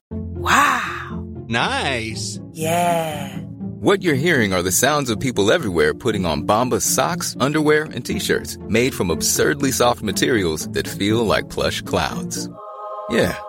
Nice. Yeah. What you're hearing are the sounds of people everywhere putting on Bombas socks, underwear, and t-shirts made from absurdly soft materials that feel like plush clouds. Yeah,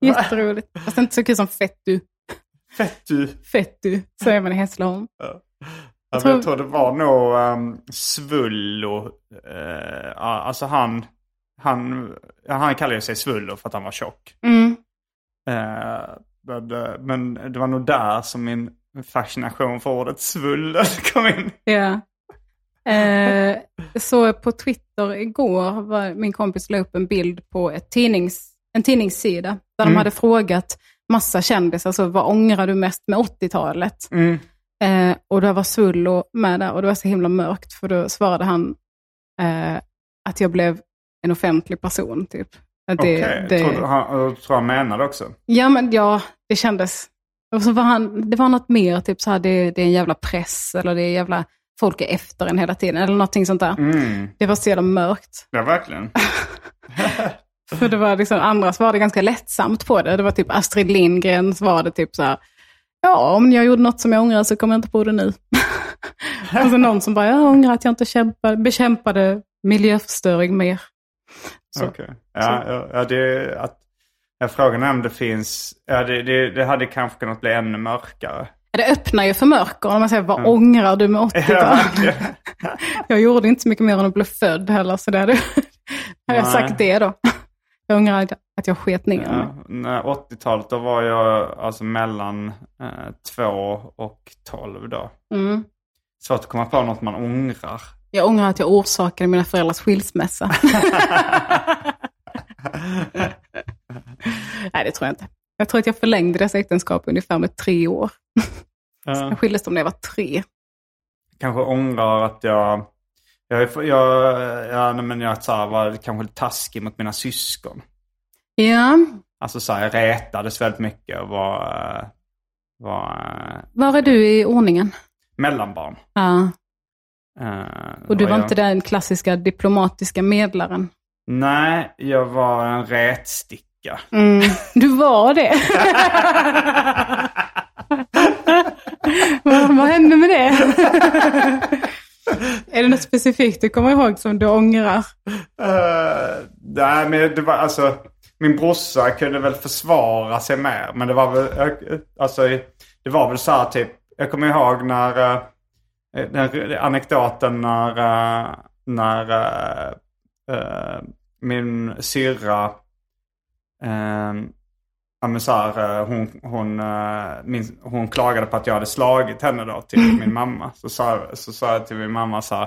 Jätteroligt. Fast det är inte så kul som fettu. Fett du. Fettu, säger man i Hässleholm. Jag tror, jag tror- tror det var nog um, Svullo. eh, alltså han, han, ja, han kallade ju sig Svullo för att han var tjock. Mm. Eh, men, eh, men det var nog där som min fascination för ordet svullen kom in. Ja. Eh, så på Twitter igår var min kompis la upp en bild på ett tidnings, en tidningssida där Mm. de hade frågat massa kändisar, så vad ångrar du mest med 80-talet? Eh, och där var Svullo med där och det var så himla mörkt för då svarade han eh, att jag blev en offentlig person. typ. Att det, Okej, det, Tror, du- han, jag tror han menade också. Ja, men ja, det kändes. Och så var han, det var något mer, typ så här, det, det är en jävla press eller det är jävla folk är efter en hela tiden eller någonting sånt där. Mm, Det var så jävla mörkt. ja, verkligen. För det var liksom, andra svarade ganska lättsamt på det. Det var typ Astrid Lindgren svarade typ så här, ja, om jag gjorde något som jag ångrar så kommer jag inte på det nu. alltså någon som bara, jag ångrar att jag inte kämpade, bekämpade miljöförstöring mer. Så. Okej. Ja, ja, ja, det, att, ja, frågan är om det finns... Ja, det, det, det hade kanske kunnat bli ännu mörkare. Det öppnar ju för mörker när man säger, vad ångrar du med 80 Mm. Ja, verkligen. Jag gjorde inte så mycket mer än att bli född heller, så det hade, hade jag Nej. sagt det då. Jag ångrar att- att jag sket ner mig. Ja, Eh, när 80-talet, då var jag alltså mellan eh, 2 och 12 då. Mm. Svårt att komma på något man ångrar. Jag ångrar att jag orsakade mina föräldrars skilsmässa. Nej, det tror jag inte. Jag tror att jag förlängde deras äktenskap ungefär med tre år. Eh, Jag skildes dem när jag var tre. kanske ångrar att jag... Jag, är- jag, ja, nej, men jag så här, var kanske lite taskig mot mina syskon. Ja, Alltså så här, jag retades väldigt mycket och var, eh, var eh, var är du i ordningen? mellanbarn. Ja. Eh, Och du var jag, inte den klassiska diplomatiska medlaren? Nej, jag var en rätsticka. Mm. Du var det. Vad, vad hände med det? är det något specifikt du kommer ihåg som du ångrar? Eh, nej, men det var alltså... Min brorsa kunde väl försvara sig mer. Men det var väl... jag- Alltså, det var väl så här typ... Jag kommer ihåg när... eh, Den anekdoten när... eh, När eh, eh, min syrra... ehm, Ja, men så här, eh, hon, hon, eh, min, hon klagade på att jag hade slagit henne då till min mamma. Så sa, så sa jag till min mamma så här,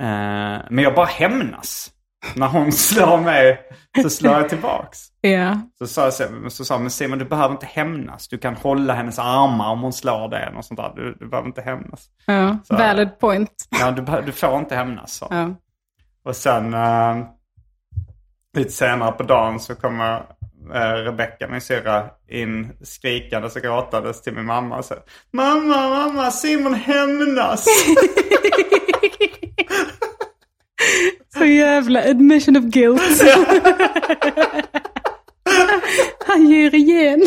eh, men jag bara hämnas. När hon slår mig så slår jag tillbaks. Ja. Så sa, jag, så här, så sa men Simon du behöver inte hämnas. Du kan hålla hennes armar om hon slår dig. eller något sånt där. Du, du behöver inte hämnas. ja. Så. Valid point. Ja, du, behö- du får inte hämnas. sa hon. Ja. Och sen eh, lite senare på dagen så kommer eh, Rebecka, min syrra, in skrikandes och gråtandes till min mamma och säger Mamma, mamma, Simon hämnas! Så jävla admission of guilt. Han ger igen.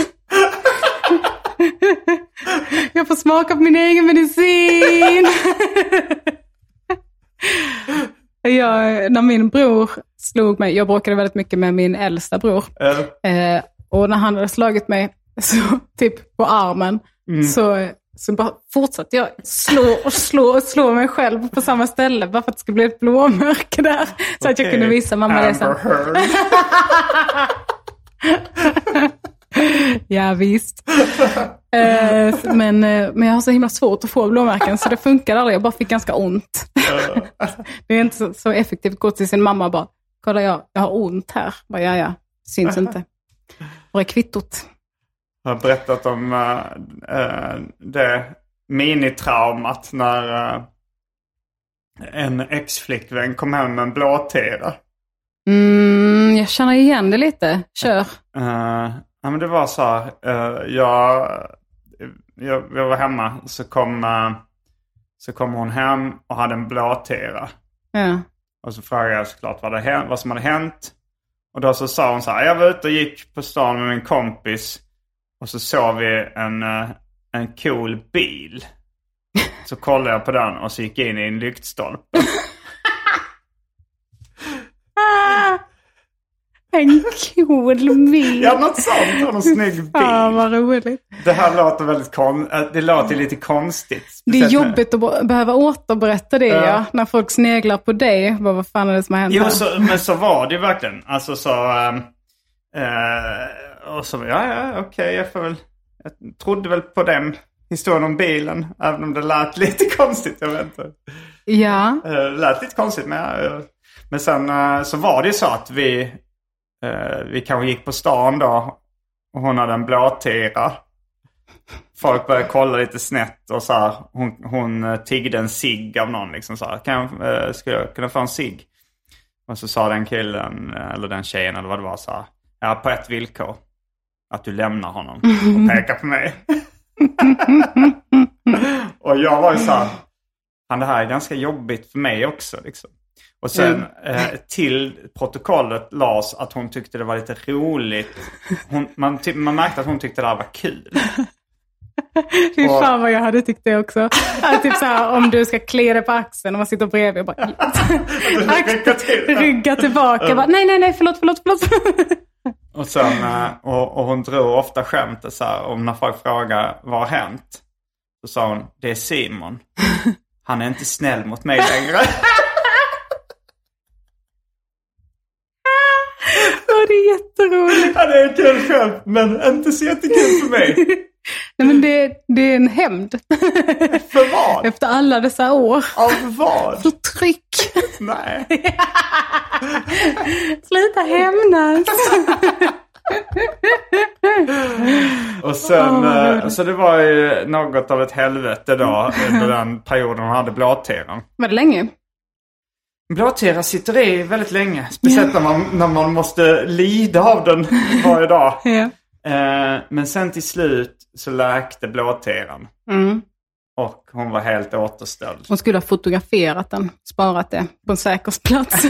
Jag får smaka på min egen medicin. Jag, när min bror slog mig, jag bråkade väldigt mycket med min äldsta bror. Eh, Eh, och när han hade slagit mig så, typ på armen Mm. så, så bara fortsatte jag slå och slå och slå mig själv på samma ställe bara för att det skulle bli ett blåmärke där. Så att jag kunde okej. visa mamma det sen. Amber Heard. Ja, visst. Eh, men, eh, men jag har så himla svårt att få blåmärken så det funkade aldrig. Jag bara fick ganska ont. det är inte så, så effektivt att gå till sin mamma och bara, kolla jag, jag har ont här. Bara, ja, ja, syns inte. Var är kvittot? Jag har berättat om eh, eh, det minitraumat när eh, en ex-flickvän kom hem med en blåtira. Mm, jag känner igen det lite. Kör. Eh, ja, men det var så här. eh, jag, jag, jag var hemma så kom, eh, så kom hon hem och hade en blåtira. Ja. Och så frågade jag såklart vad, det, hän- vad som hade hänt. Och då så sa hon så här. Jag var ute och gick på stan med min kompis. Och så såg vi en, eh, en cool bil. Så kollade jag på den och så gick jag in i en lyktstolpe. En cool bil. Ja, något sånt. Och en snygg Fan bil. vad roligt. Det här låter väldigt kon- eh, det låter lite konstigt. Det är Speciellt nu. jobbigt att be- behöva återberätta det ja. När folk sneglar på dig. Bara, vad fan är det som har hänt Jo, här? så, men så var det ju verkligen. Alltså så... ehm, eh, och så, ja, ja, okej, jag får väl... Jag trodde väl på den historien om bilen, även om det lät lite konstigt. Jag vet inte. Ja. Eh, Det lät lite konstigt, men... ja, ja. men sen eh, så var det ju så att vi... eh, vi kanske gick på stan då och hon hade en blåtira. Folk började kolla lite snett och så här, hon, hon eh, tiggde en cigg av någon. Liksom så här, kan, jag, eh, skulle jag kunna få en cigg? Och så sa den killen, eh, eller den tjejen eller vad det var, så här, ja på ett villkor. Att du lämnar honom och pekar på mig. och jag var ju så här, han det här är ganska jobbigt för mig också. Liksom. Och sen eh, till protokollet lades att hon tyckte det var lite roligt. Hon, man, ty- man märkte att hon tyckte det här var kul. Fy Och- fan vad jag hade tyckt det också. Att typ så här, om du ska klia dig på axeln och man sitter bredvid och bara... Rycka till. Rygga tillbaka. Bara, nej, nej, nej, förlåt, förlåt, förlåt. Och, sen, eh, och, och hon drog ofta skämtet så här om när folk frågar vad har hänt? Så sa hon, det är Simon. Han är inte snäll mot mig längre. Åh, det är jätteroligt. Ja, det är kul skämt, men inte så jättekul för mig. Nej, men det, det är en hämnd. För vad? Efter alla dessa år. Av vad? Tryck. Nej. Sluta hämnas. Och sen, vad eh, roligt. så det var ju något av ett helvete då under den perioden hon hade blåteran. Var det länge? Blåtera sitter i väldigt länge. Speciellt när man, när man måste lida av den varje dag. Ja. Eh, men sen till slut så läkte blåteran. Mm. Och hon var helt återställd. Hon skulle ha fotograferat den, sparat det på en säker plats.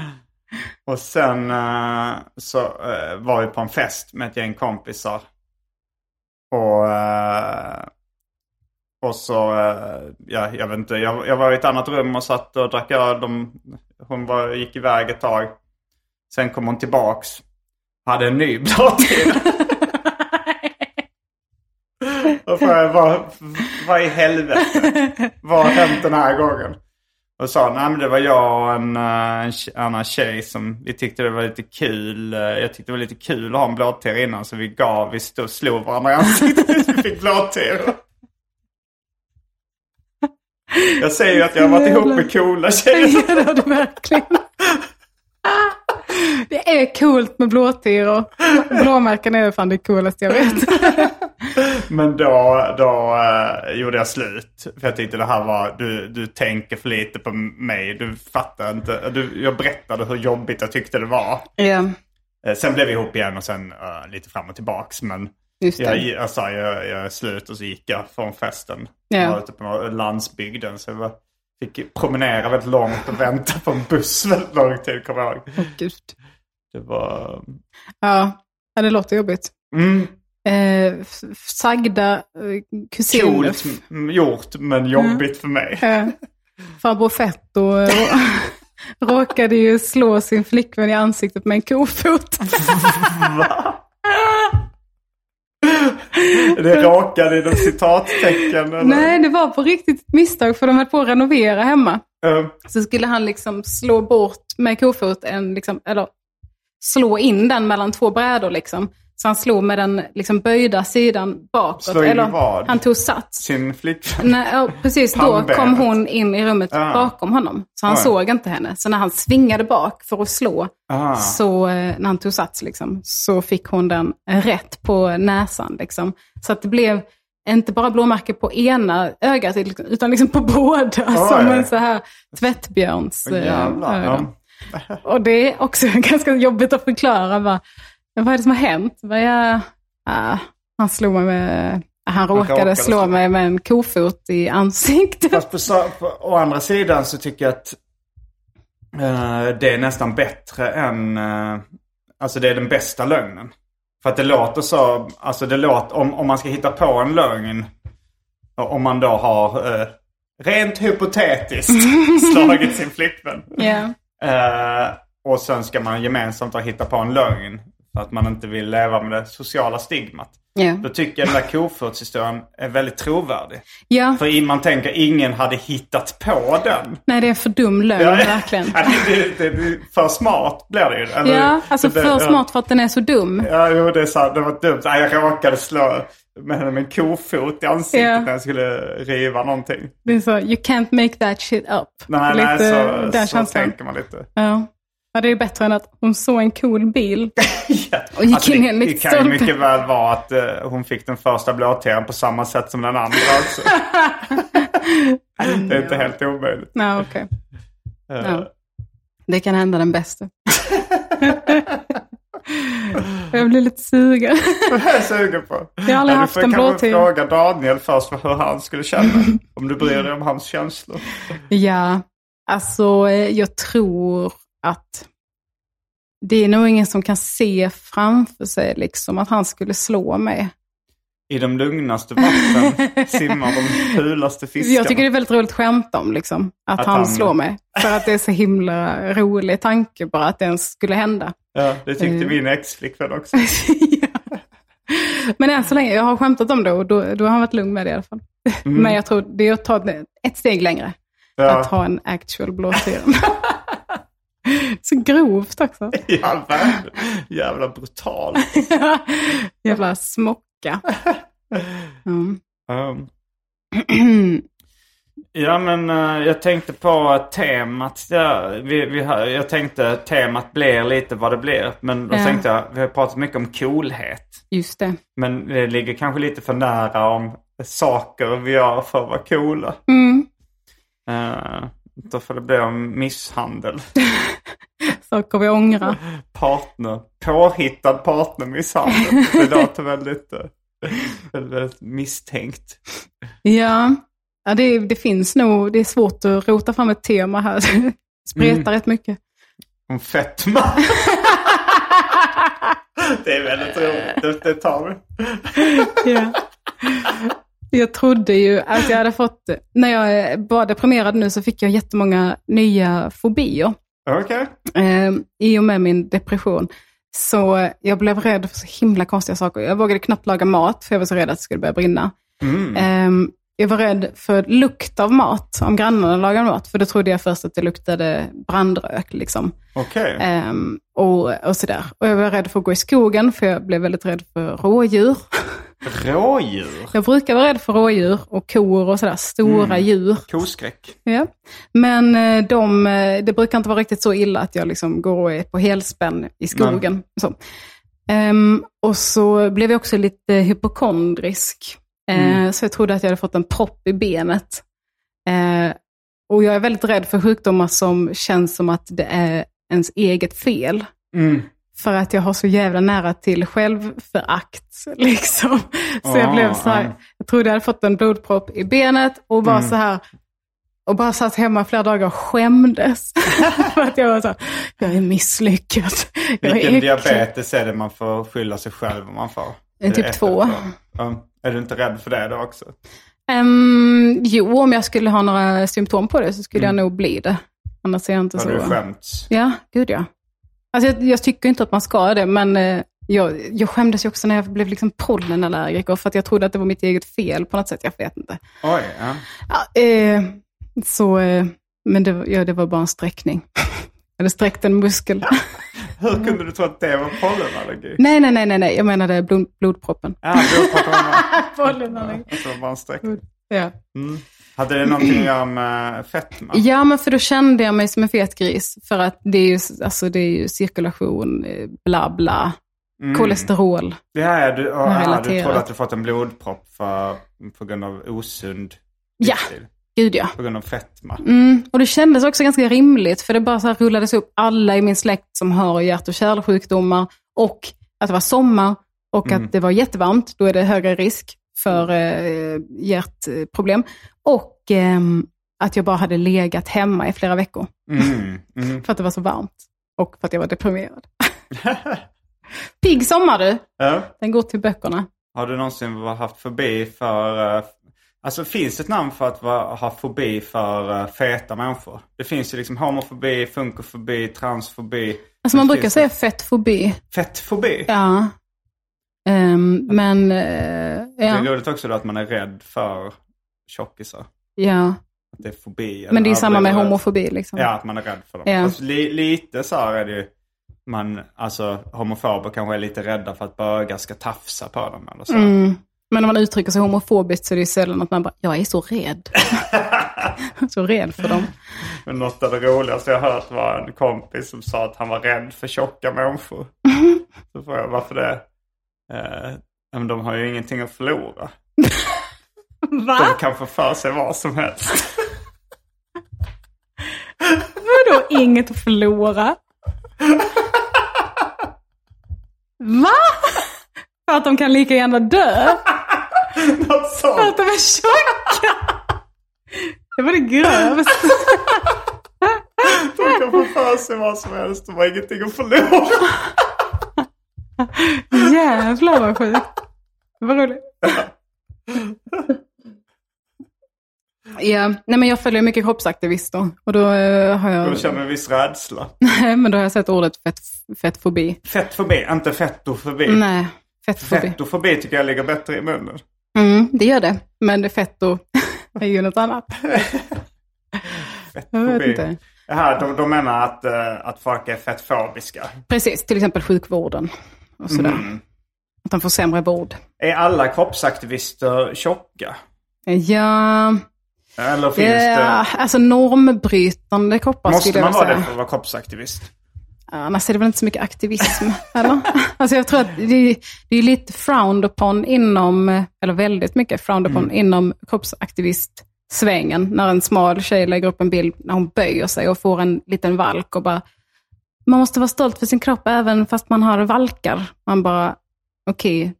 Och sen eh, så eh, var vi på en fest med ett gäng kompisar. Och, eh, Och så, eh, ja, jag vet inte, jag, jag var i ett annat rum och satt och drack öl. De, hon var, gick iväg ett tag. Sen kom hon tillbaks. Hade en ny bladtidning. och frågade vad, vad i helvete? Vad har hänt den här gången? Och sa nej men det var jag och en, eh, en tje- annan tjej som vi tyckte det var lite kul. eh, Jag tyckte det var lite kul att ha en blåtera innan så vi gav, vi stod, slog varandra i ansiktet tills vi fick blåtera. Jag säger ju att jag har varit ihop med coola tjejer. Ja, det har du verkligen. Det är coolt med blåtiror. Blåmärken är fan det coolaste jag vet. Men då, då eh, gjorde jag slut. För jag tyckte det här var, du, du tänker för lite på mig. Du fattar inte. Du, jag berättade hur jobbigt jag tyckte det var. Ja, Eh, sen blev vi ihop igen och sen eh, lite fram och tillbaks. Men just jag, det. jag sa jag, jag är slut och så gick jag från festen. Ja. Jag var ute på landsbygden. Så jag var, fick promenera väldigt långt och vänta på en buss väldigt lång tid kommer jag ihåg. Gud. Det var... Ja, ja, det låter jobbigt. Mm, Eh, f- f- sagda eh, kusiner. coolt m- gjort men jobbigt för mig. Eh, Farbror Fett och, och råkade ju slå sin flickvän i ansiktet med en kofot. Det råkade inom citattecken. Eller? Nej, det var på riktigt ett misstag för de höll på att renovera hemma. Eh, Så skulle han liksom slå bort med kofot, en liksom, eller slå in den mellan två brädor. Liksom. Så han slog med den liksom böjda sidan bakåt. Slå in eller, vad? Han tog sats. sin flickvän. Nej, ja, precis då Pannbenet. kom hon in i rummet Ah. bakom honom. Så han Oj. såg inte henne. Så när han svingade bak för att slå, Ah. så eh, när han tog sats, liksom, så fick hon den rätt på näsan. Liksom. Så att det blev inte bara blåmärke på ena ögat, utan liksom på båda. Som en så här tvättbjörns Åh, eh, jävlar. ögon. Ja. Och det är också ganska jobbigt att förklara. Vad, vad är det som har hänt? Vad jag, ah, han slog mig med... Han råkade, råkade slå slå. mig med en kofot i ansiktet. Fast på, sa- på, å andra sidan så tycker jag att eh, det är nästan bättre än... eh, alltså det är den bästa lögnen. För att det låter så... Alltså det låter... Om, om man ska hitta på en lögn. och Om man då har eh, rent hypotetiskt slagit sin flickvän. Ja. Eh, och sen ska man gemensamt då hitta på en lögn. För att man inte vill leva med det sociala stigmat. Ja. Då tycker jag den där kofotshistorien är väldigt trovärdig. ja, För i- man tänker ingen hade hittat på den. nej det är en för dum lögn, verkligen. Ja, det, det, det, för smart blir det ju. Eller- Ja, alltså det- för ja. smart för att den är så dum. Ja, jo, det är sant. Det var dumt. Nej, jag råkade slå med henne med en kofot i ansiktet Ja. när jag skulle riva någonting. Det är så, you can't make that shit up. Nej, nej Lite så, den så känslan. tänker man lite. Ja. ja, det är bättre än att hon såg en cool bil. Och gick in i en Alltså, det, det kan ju lyktstolpe. mycket väl vara att eh, hon fick den första blåteran på samma sätt som den andra. Alltså. det är inte helt omöjligt. Nej, okej. Ja. Det kan hända den bästa. jag blir lite sugen. Det här är jag sugen på. Jag har aldrig haft en Du blåtira. får kanske fråga Daniel först för hur han skulle känna. om du bryr dig om hans känslor. ja, alltså eh, jag tror att det är nog ingen som kan se framför sig liksom att han skulle slå mig. I de lugnaste vatten simmar de fulaste fiskarna. Jag tycker det är väldigt roligt skämt om liksom, att, Att han, han- slår mig. För att det är så himla rolig tanke bara att det ens skulle hända. ja, det tyckte Eh. min ex-flickvän också. Ja. Men än så länge, jag har skämtat om det och då, då har han varit lugn med det i alla fall. Men jag tror det är att ta det ett steg längre. Att Ja, ha en actual blåtira. så grovt också. ja verkligen. Jävla brutal. Jävla smocka. Mm. Um, Ja men eh, jag tänkte på temat där. Vi, vi, har- jag tänkte temat blir lite vad det blir. Men då Ja. tänkte jag, vi har pratat mycket om coolhet. Just det. Men det ligger kanske lite för nära om saker vi gör för att vara coola. Mm. Eh, då får det bli om misshandel. Saker vi ångrar. Partner. Påhittad partnermisshandel. Det låter väldigt, eh, väldigt, väldigt misstänkt. Ja, ja det, det finns nog. Det är svårt att rota fram ett tema här. Spretar rätt mycket. Om fetma. det är väldigt roligt. Det, det tar vi. Ja. Jag trodde ju att jag hade fått, när jag var deprimerad nu så fick jag jättemånga nya fobier Okej. eh, i och med min depression. Så jag blev rädd för så himla konstiga saker. Jag vågade knappt laga mat för jag var så rädd att det skulle börja brinna. Eh, jag var rädd för lukt av mat, om grannarna lagade mat, för då trodde jag först att det luktade brandrök. Liksom. Okej. Ehm, och, och sådär. Och jag var rädd för att gå i skogen, för jag blev väldigt rädd för rådjur. Rådjur. Jag brukar vara rädd för rådjur och kor och sådär, stora djur. Koskräck. Ja. Men eh, de, eh, det brukar inte vara riktigt så illa att jag liksom går och är på helspänn i skogen. Så. Ehm, och så blev jag också lite hypokondrisk. Eh, Mm. Så jag trodde att jag hade fått en propp i benet. Eh, och jag är väldigt rädd för sjukdomar som känns som att det är ens eget fel. Mm. För att jag har så jävla nära till självförakt. Liksom. Så jag Ah, blev så här, ah. Mm. jag trodde jag hade fått en blodpropp i benet och var så här, och bara satt hemma flera dagar och skämdes. för att jag var så här, jag är misslyckad. Jag är Vilken äcklig. diabetes är det man får skylla sig själv om man får? Eh, typ Är det två. FFH? Mm. Är du inte rädd för det då också? Ehm, jo, om jag skulle ha några symptom på det så skulle jag nog bli det. Annars är jag inte Har så. Mm. du skämts? Ja, gud ja. Alltså, jag, jag tycker inte att man ska det, men eh, jag, jag skämdes ju också när jag blev liksom pollenallergiker för att jag trodde att det var mitt eget fel på något sätt. Jag vet inte. Oj, ja. Ja, eh, så, eh, men det, var- ja, det var bara en sträckning. Jag hade sträckt en muskel. Hur kunde du tro att det var pollenallergi? nej, nej, nej, nej, nej. jag menade blod, blodproppen. Ja, det var på att Pollenallergi. det var bara en streck. Mm. Ja. Hade det någonting att göra med fetma? ja, men för då kände jag mig som en fet gris. För att det är ju, alltså, det är ju cirkulation, eh, bla, bla. Kolesterol. Mm. Ja, ja, du, har ja, ja, du relaterat. trodde att du fått en blodpropp för, på grund av osund Ja, livsstil. gud ja. På grund av fetma. Mm. Och det kändes också ganska rimligt, för det bara så här rullades upp alla i min släkt som har hjärt och kärlsjukdomar och att det var sommar och att det var jättevarmt, då är det högre risk för eh, hjärtproblem. Och ehm, att jag bara hade legat hemma i flera veckor Mm, mm. för att det var så varmt och för att jag var deprimerad. Pigg sommar du! Ja. Den går till böckerna. Har du någonsin va- haft fobi för... eh, Alltså finns det ett namn för att va- ha fobi för eh, feta människor? Det finns ju liksom homofobi, funkofobi, transfobi. Alltså man Finns brukar det- säga fettfobi. Fettfobi? Ja. Ehm, men... eh, Det är ja. roligt också då att man är rädd för tjockisar. ja. Att det är fobi. eller Men det är ju samma med överdriven rädsla. homofobi. Liksom. Ja, att man är rädd för dem. Ja. Fast li, lite så här är det ju. Man, alltså homofober kanske är lite rädda för att bögar ska tafsa på dem eller så. Mm. Men om man uttrycker sig homofobiskt så är det ju sällan att man bara, jag är så rädd. så rädd för dem. Men något av det roligaste jag hört var en kompis som sa att han var rädd för tjocka människor. Så frågade jag varför det? Eh, men de har ju ingenting att förlora. Va? De kan få för sig vad som helst. Vadå inget att förlora? Va? För att de kan lika gärna dö? Något För sånt. att de är tjocka? Det var det grövsta. De kan få för sig vad som helst. De har ingenting att förlora. Jävlar vad sjukt. Vad roligt. Ja, nej men jag följer mycket kroppsaktivister. Och då eh, har jag... De känner en viss rädsla. Nej, men då har jag sett ordet fett, fettfobi. Fettfobi, inte fettofobi. Nej, fettfobi. Fettofobi tycker jag ligger bättre i munnen. Mm, det gör det. Men det fetto är ju något annat. Jag vet Fobi. inte. Det här, de, de menar att, eh, att folk är fettfobiska. Precis, till exempel sjukvården. Och sådär. Att de får sämre vård. Är alla kroppsaktivister tjocka? Ja, Eller finns ja det... alltså normbrytande kroppar skulle Måste jag man vilja vara säga. det för att vara kroppsaktivist? Annars är det väl inte så mycket aktivism, eller? Alltså jag tror att det, det är lite frowned upon inom, eller väldigt mycket frowned upon Mm. inom kroppsaktivistsvängen. När en smal tjej lägger upp en bild när hon böjer sig och får en liten valk och bara, man måste vara stolt för sin kropp även fast man har valkar. Man bara, okej,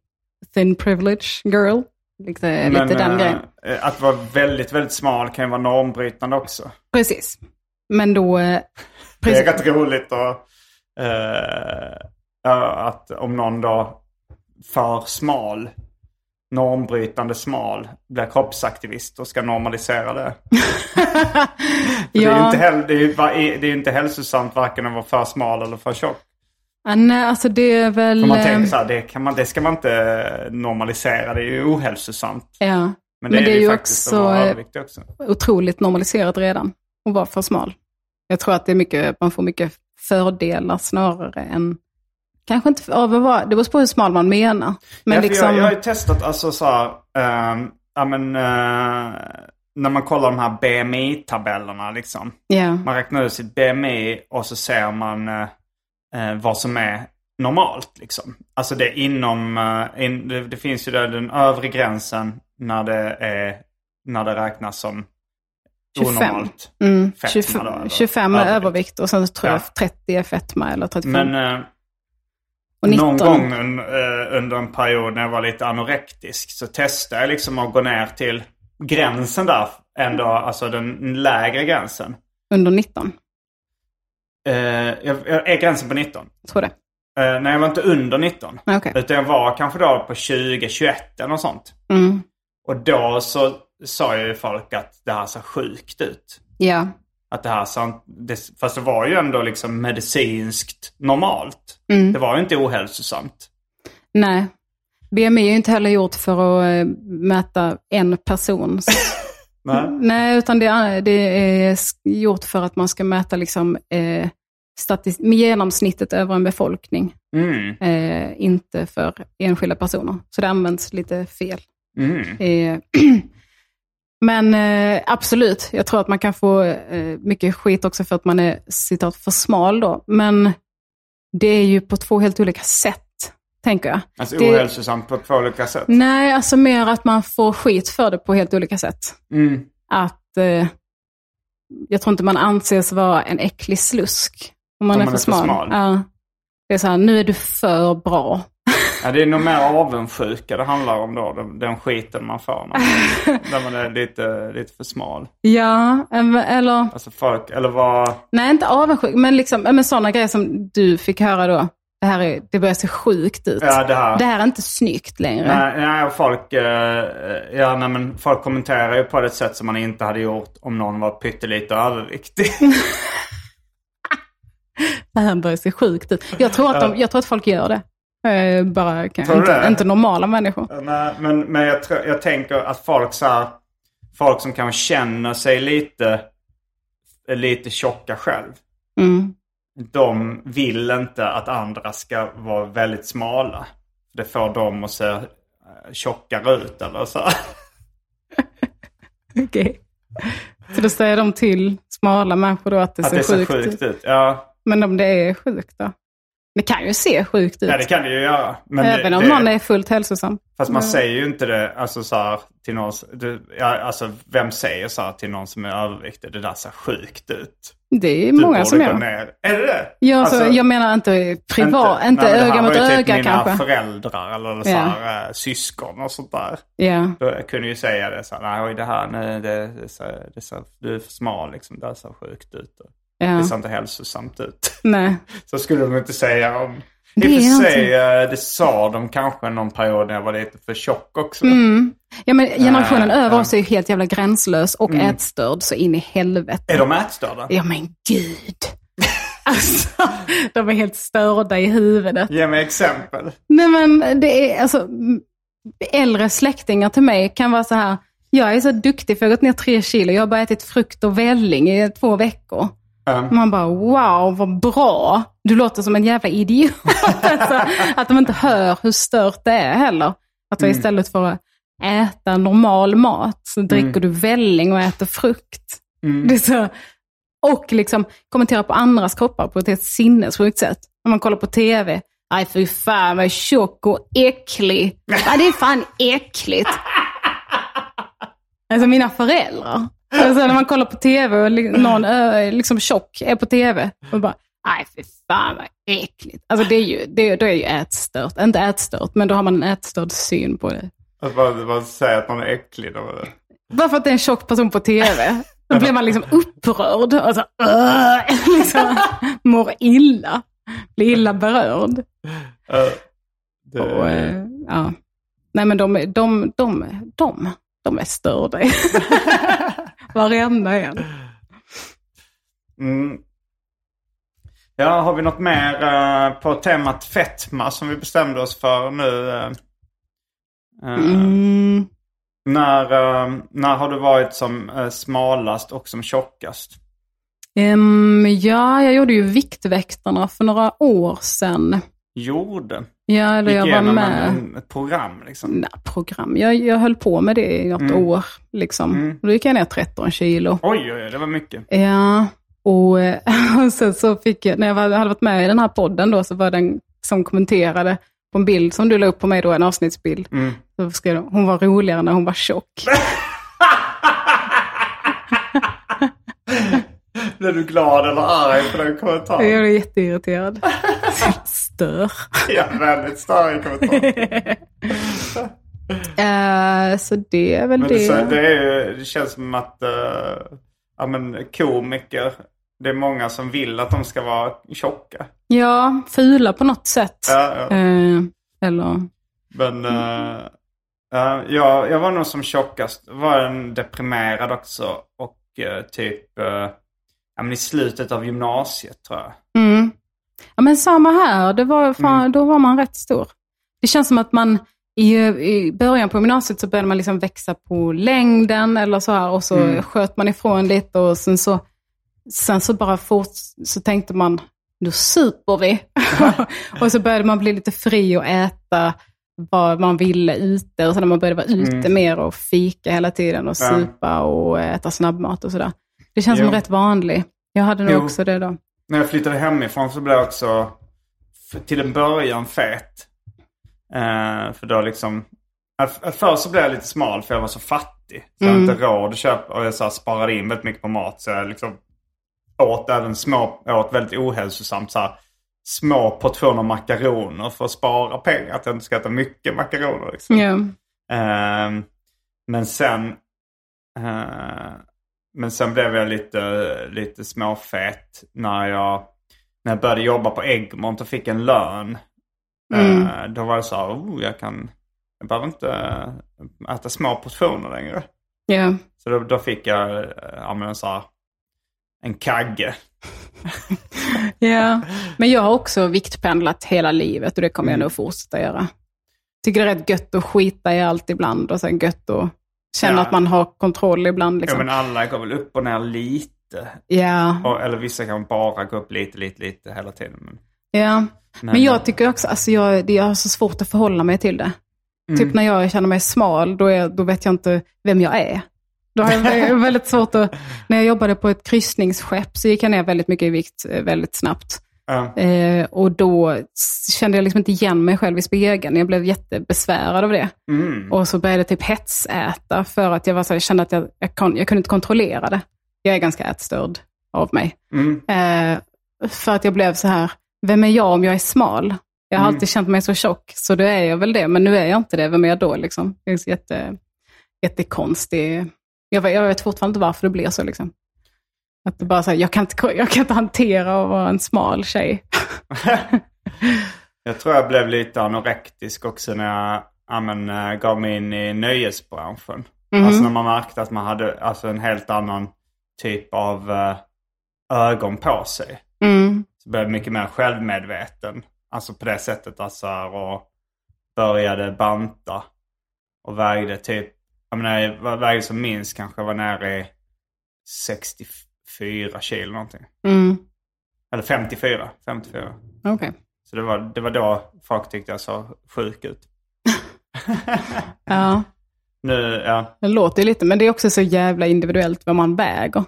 thin privilege girl. Lite, lite den eh, grejen. eh, Att vara väldigt, väldigt smal kan ju vara normbrytande också. Precis. Men då... eh, Det Precis. är rätt roligt och, eh, eh, att om någon då för smal normbrytande smal blir kroppsaktivist och ska normalisera det. Det är ju ja. inte, hel- det är, ju va- det är ju inte hälsosamt varken att vara för smal eller för tjock. Ah, nej, alltså det är väl... Om man eh, tänker så här, det, kan man, det ska man inte normalisera, det är ju ohälsosamt. Ja. Men det, är, det ju faktiskt också... att vara eh, överviktig också. otroligt normaliserat redan att vara för smal. Jag tror att det är mycket, man får mycket fördelar snarare än... Kanske inte av att vara... Det beror på hur smal man menar. Men Ja, för liksom... jag, jag har ju testat alltså så här, ehm, ja men eh, när man kollar de här BMI-tabellerna liksom. ja. Man räknar ut sitt BMI och så ser man eh, eh, vad som är normalt. Liksom. Alltså det är inom, eh, in, det, det finns ju där den övre gränsen när det, är, när det räknas som 25. onormalt. Mm, Fetma då, 25, eller 25 är övervikt. övervikt och sen tror jag Ja. 30 är fetma eller 35. Men eh, och 19. någon gång un, eh, under en period när jag var lite anorektisk så testade jag liksom att gå ner till gränsen där. Ändå, alltså den lägre gränsen. Under 19, Eh, jag, jag är gränsen på 19. tror det. Eh, nej, jag var inte under 19. Nej, Okej. Utan jag var kanske då på 20, 21 eller något sånt. Mm. Och då så sa ju folk att det här ser sjukt ut. Ja. Att det här ser, det, fast det var ju ändå liksom medicinskt normalt. Mm. Det var ju inte ohälsosamt. Nej. BMI är ju inte heller gjort för att eh, mäta en persons Nej. Nej, utan det är, det är sk- gjort för att man ska mäta liksom, eh, statis- med genomsnittet över en befolkning, Mm, eh, inte för enskilda personer. Så det används lite fel. mm. Eh, men eh, absolut, jag tror att man kan få eh, mycket skit också för att man är citat för smal då. Men det är ju på två helt olika sätt, tänker jag. Alltså Det- ohälsosamt på två olika sätt. Nej, alltså mer att man får skit för det på helt olika sätt. Mm. att eh, jag tror inte man anses vara en äcklig slusk om man, är, för smal. Ja. Det är så här, nu är du för bra. Ja, det är nog mer avundsjuka det handlar om då. Den, den skiten man får när man, när man är lite, lite för smal. Ja, ev- eller Alltså folk, eller vad... nej inte avundsjuk, men, liksom, ja, men sådana grejer som du fick höra då. Det här är, det börjar se sjukt ut. Ja, det här. Det här är inte snyggt längre. Nej, nej och folk, eh, ja, nej, men folk kommenterar ju på ett sätt som man inte hade gjort om någon var pyttelite överviktig. Det här börjar se sjukt ut. Jag tror att, de, jag tror att folk gör det. Eh, bara Tror kanske du inte, det? inte normala människor. nej, men men jag, tror- jag tänker att folk, så här, folk som kanske känner sig lite, lite tjocka själv. Mm. De vill inte att andra ska vara väldigt smala. Det får dem att se eh, tjockare ut eller så. Okej. Så då säger de till smala människor då att det, Att ser, det ser sjukt ut. sjukt ut. Ja, Men om det är sjukt då? Det kan ju se sjukt ut. ja det kan det ju göra. Men det- Även om det, någon är fullt hälsosam. Fast man säger ju inte det alltså, så här, till någon, du, ja, alltså vem säger så här till någon som är överviktig, det där ser sjukt ut. Det Du är många borde som gå gör. ner. Är det det? Ja, alltså, Alltså, jag menar inte privat, inte, nej, men det här öga var mot ju typ öga mina kanske. föräldrar eller så Ja. här, eh, syskon och sånt där. Ja. Då jag kunde ju säga det så här, nej oj, det här, nej, det, det, ser- det, ser- du är för smal liksom, det här ser sjukt ut. Och ja. Det ser inte hälsosamt ut. Nej. Så skulle de inte säga om... Det I och är för någonting. sig, eh, det sa de kanske någon period när jag var lite för tjock också. Mm. Ja, men generationen Nej, över ja. Mm. oss är ju helt jävla gränslös och ätstörd så in i helvete. Är de ätstörda? Ja, men gud. alltså, de är helt störda i huvudet. Ge mig exempel. Nej men det är alltså, m- äldre släktingar till mig kan vara så här, jag är så duktig för jag har gått ner tre kilo, jag har bara ätit frukt och välling i två veckor. Man bara wow, vad bra. Du låter som en jävla idiot. alltså, att de inte hör hur stört det är heller. Att mm. istället för att äta normal mat så dricker du välling och äter frukt. Det är så, och liksom kommentera på andras kroppar på ett helt sinnessjukt sätt. När man kollar på tv. Aj fy fan vad tjock och äcklig. Ja, det är fan äckligt. Alltså mina föräldrar. Alltså, när man kollar på tv och li- någon ö, liksom tjock är på tv. Och bara, aj fy fan vad äckligt. Alltså det är ju, det är, då är ju ätstört. Inte ätstört, men då har man en ätstörd syn på det. Att man, man säger att man är äcklig. Då. var det- Bara för att det är en tjock person på tv. Då blir man liksom upprörd. Alltså, liksom, mår illa. Blir illa berörd. Eh, det, Och, eh, ja. Nej, men de, de, de, de, de är störda. Varenda en. Mm. Ja, har vi något mer eh, på temat fetma som vi bestämde oss för nu? eh? Eh, Mm. när, eh, när har du varit som eh, smalast och som tjockast? Ehm, ja, jag gjorde ju Viktväktarna för några år sedan. Gjorde. Ja, eller Gick jag var igenom med. en- en- ett program liksom. Nej, program. Jag, jag höll på med det i något Mm. år. Liksom. Då gick jag ner 13 kilo. Oj, oj, oj, det var mycket. Ja, och, eh, och sen så fick jag, när jag var- hade varit med i den här podden då, så var den som kommenterade på en bild som du la upp på mig då, en avsnittsbild. Mm. Så skrev de, hon var roligare när hon var tjock. Blev du glad eller arg på den kommentaren? Jag blev jätteirriterad. Stör. Ja, väldigt stark kommentar. Eh, så det är väl Men det, det. så, det, är ju, det känns som att eh, ja, men komiker, det är många som vill att de ska vara tjocka. Ja, fula på något sätt. Ja, ja. Eh, eller... Men eh, eh, jag, jag var nog som tjockast, var en deprimerad också och eh, typ eh, ja, men i slutet av gymnasiet tror jag. Mm. Ja, men samma här. Det var, fan, Mm. Då var man rätt stor. Det känns som att man i, i början på gymnasiet så började man liksom växa på längden eller så här och så Mm. sköt man ifrån lite och sen så, sen så bara fort, så tänkte man, nu super vi. och så började man bli lite fri och äta vad man ville ute. Och sen när man började vara ute mer och fika hela tiden och Mm. Ja. supa och äta snabbmat och sådär. Det känns som Jo. rätt vanlig. Jag hade nog Jo. också det då. När jag flyttade hemifrån så blev jag också f- till en början fet. Eh, för då liksom... eh, f- Förr så blev jag lite smal för jag var så fattig. Så jag hade inte råd att köpa och jag så här sparade in väldigt mycket på mat. Så jag liksom åt även små, jag åt väldigt ohälsosamt så här, små portioner makaroner för att spara pengar. Att jag inte ska äta mycket makaroner liksom. Ja. Ehm, men sen eh, Men sen blev jag lite, lite småfet när jag, när jag började jobba på Egmont och fick en lön. Mm. Eh, då var det så här, oh, jag kan jag behöver inte äta små portioner längre. Ja. Så då, då fick jag eh, ja, men så här, en kagge. ja. Men jag har också viktpendlat hela livet och det kommer jag nog fortsätta göra. Tycker det är rätt gött att skita i allt ibland och sen gött att känna Ja. att man har kontroll ibland. Ja, Liksom. Ja, men alla går väl upp och ner lite. ja. Och, eller vissa kan bara gå upp lite, lite, lite hela tiden. Men, men jag tycker också, alltså jag, det- jag har så svårt att förhålla mig till det. Typ när jag känner mig smal, då, är, då vet jag inte vem jag är. Då har jag vä- väldigt svårt att... När jag jobbade på ett kryssningsskepp så gick jag ner väldigt mycket i vikt eh, väldigt snabbt. Ja. Eh, och då s- kände jag liksom inte igen mig själv i spegeln. Jag blev jättebesvärad av det. mm. Och så började jag typ hetsäta för att jag, var så, här- jag kände att jag, jag, kon, jag kunde inte kontrollera det. Jag är ganska ätstörd av mig. Eh, för att jag blev så här, vem är jag om jag är smal? Jag har alltid känt mig så tjock, så då är jag väl det. Men nu är jag inte det, vem är jag då? Liksom? Det är så jätte, jättekonstig. Jag, vet- jag vet fortfarande inte varför det blir så. Liksom. Att det bara så här, jag, kan inte, jag kan inte hantera att vara en smal tjej. Jag tror jag blev lite anorektisk också när jag ja, men, eh, gav mig in i nöjesbranschen. Alltså när man märkte att man hade alltså, en helt annan typ av eh, ögon på sig. Mm. Så blev jag mycket mer självmedveten. Alltså på det sättet alltså, och började banta. Och vägde typ, jag menar jag var- vägde som minst kanske var nere i 64 kilo någonting. Mm. Eller 54, 54. Okej. Så det var, det var då folk tyckte jag såg sjuk ut. Ja, Nu, ja. det låter ju lite, men det är också så jävla individuellt vad man väger.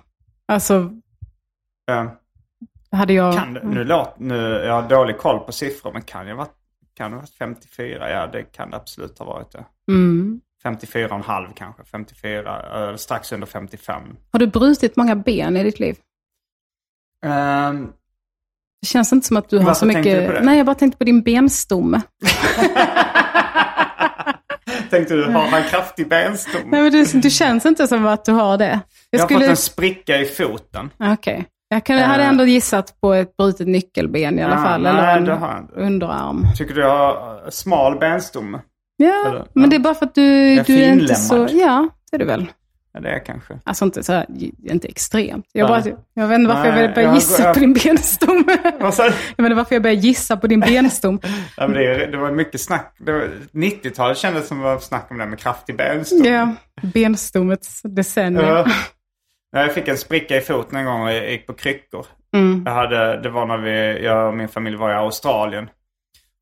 Alltså, ja. hade jag... Kan det, nu låt, nu, jag har dålig koll på siffror, men kan jag varit, kan det ha varit 54? Ja, det kan det absolut ha varit. Ja. Mm. 54 och en halv kanske, 54, eh, strax under 55. Har du brutit många ben i ditt liv? Ehm, Det känns inte som att du har Varför så mycket... tänkte du på det? Mm. Nej, jag bara tänkte på din benstomme. tänkte du, har han kraftig benstomme? Nej, men du, du känns inte som att du har det. Jag har fått en spricka i foten. Okej. Jag kan, jag hade ändå gissat på ett brutet nyckelben i alla Ja, fall. Ah, nej, eller en det har jag inte. underarm. Tycker du jag har eh, smal benstomme? Ja, Eller, men ja. det är bara för att du, Jag är du är inte så... finlämmad. Ja, det är du väl. Ja, det är jag kanske. Alltså inte, så här, inte extremt. Jag, Nej. bara, jag vet inte varför Nej, jag började jag gissa går- på din benstomme. Vad sa du? Jag menar varför jag började gissa på din benstom. Ja, men det, det var mycket snack. Det var- 90-talet kändes som det var snack om det här med kraftig benstomme. ja, benstommets decennium. Ja. Ja, Jag fick en spricka i foten en gång och jag gick på kryckor. Jag hade, det var när vi, jag och min familj var i Australien.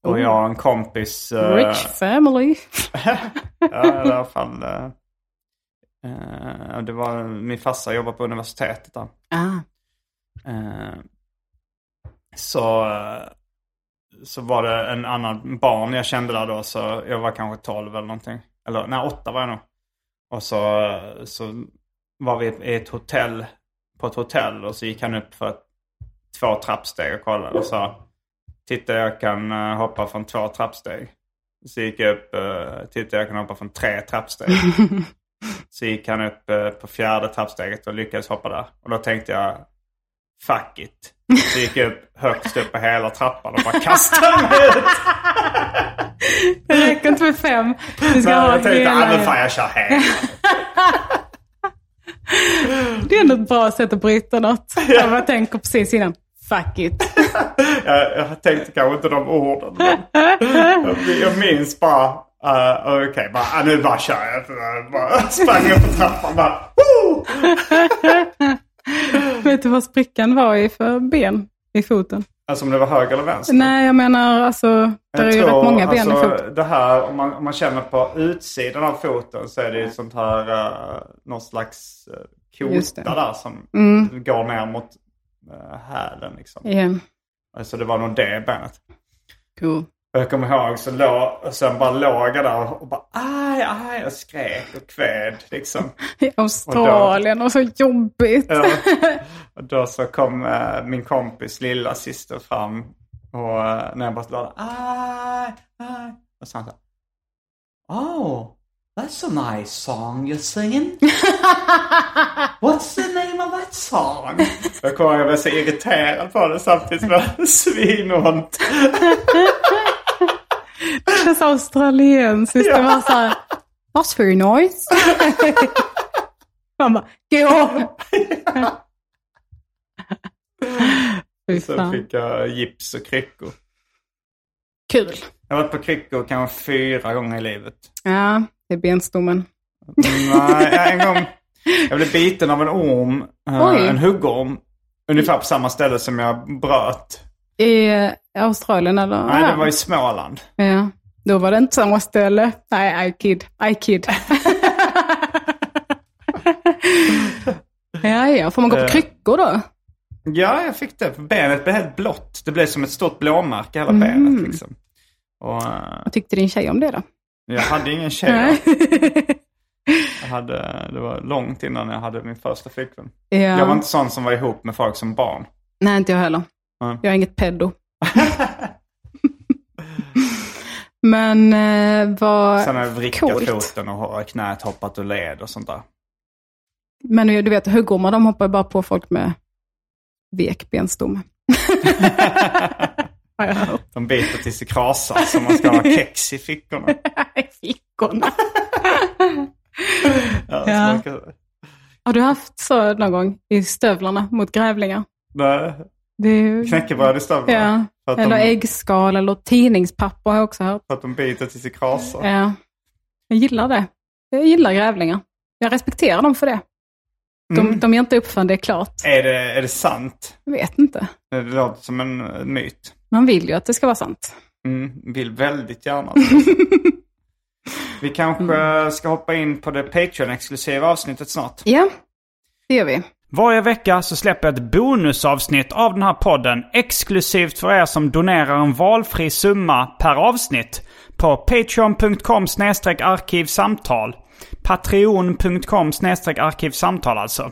Och jag och en kompis... eh, Rich family. ja, i alla fall. eh, eh, det var, min farsa jobbar på universitetet där. Ah. Eh, så, så var det en annan barn jag kände där då. Så jag var kanske 12 eller någonting. Eller nej, 8 var jag nog. Och så, så var vi i ett hotell, på ett hotell och så gick han upp för två trappsteg och kollade och sa Titta jag kan eh, hoppa från två trappsteg. Så gick jag upp, eh, titta jag kan hoppa från tre trappsteg. så gick han upp eh, på fjärde trappsteget och lyckades hoppa där. Och då tänkte jag fuck it. Så gick jag upp högst upp på hela trappan och bara kastade mig ut. Det räcker inte med fem. Du ska Men ha jag tänkte, ah, men hela. fan jag kör hem. Det är ändå ett bra sätt att bryta något. Jag bara tänker precis innan. Fuck it. jag, jag tänkte kanske inte de orden. Men jag- jag minns bara, eh, okej, bara, ah, nu bara kör jag. Bara sprang upp på trappan bara, woo! Vet du vad sprickan var i för ben i foten? Alltså om det var höger eller vänster. Nej, jag menar alltså, det är ju rätt många ben i alltså, foten. Det här, om man, om man känner på utsidan av foten så är det ju sånt här, uh, någon slags uh, Just det. Mm. kota där som går ner mot uh, hälen liksom. Igen. Så Alltså, det var nog det benet. Cool. Och jag kommer ihåg så låg, och sen bara låg jag där och bara aj, aj och skrek och kväd liksom. I Australien och så jobbigt. Ja. och då så kom eh, min kompis lilla syster fram och eh, när jag bara lade aj, aj. Och så han så här, Oh, that's a nice song you're singing. What's the name of that song? Jag kommer ihåg jag blev så irriterad på det samtidigt som jag hade svinont. Det känns australiensiskt. Det var så här, that's very nice. Man bara, gå! Fy Så fan. fick jag gips och kryckor. Kul. Jag har varit på kryckor kanske fyra gånger i livet. Mm, Ja, det är benstommen. Nej, en gång. Jag blev biten av en orm, eh, Oj. en huggorm. Ungefär på samma ställe som jag bröt. I eh, Australien eller? Nej, det var i Småland. Ja. Då var det inte samma ställe. Nej, I kid. I kid. ja, ja. Får man gå Eh. på kryckor då? Ja, jag fick det. Benet blev helt blått. Det blev som ett stort blåmärke, Mm. hela benet. Liksom. Och, eh, Vad tyckte din tjej om det då? jag hade ingen tjej. Jag hade, det var långt innan jag hade min första flickvän. ja. Jag var inte sån som var ihop med folk som barn. Ehm, Nej, inte jag heller. Nej. Jag är inget peddo. Men eh, vad... Sen har jag vrickat Coolt. foten och knät hoppat ur led och sånt där. Men du vet, huggormar de hoppar ju bara på folk med vekbenstomme. Har jag hört. De biter tills det krasar så man ska ha kex i fickorna. I fickorna. Ja, så Ja. man kan- Har du haft så någon gång i stövlarna mot grävlingar? Nej, Det är ju... Knäckebröd i stövlarna. Ja. För, att de, Eller äggskal eller tidningspapper har jag också hört. för att de biter tills det krasar. Ja. Jag gillar det. Jag gillar grävlingar. Jag respekterar dem för det. De, Mm. de ger inte upp förrän det är klart. Är, det, är det sant? Jag vet inte. Det låter som en eh, myt. Man vill ju att det ska vara sant. Mm, vill väldigt gärna. tro. Vi kanske Mm. ska hoppa in på det Patreon-exklusiva avsnittet snart. Ja, det gör vi. Varje vecka så släpper jag ett bonusavsnitt av den här podden exklusivt för er som donerar en valfri summa per avsnitt på patreon.com arkivsamtal. Patreon.com arkivsamtal alltså.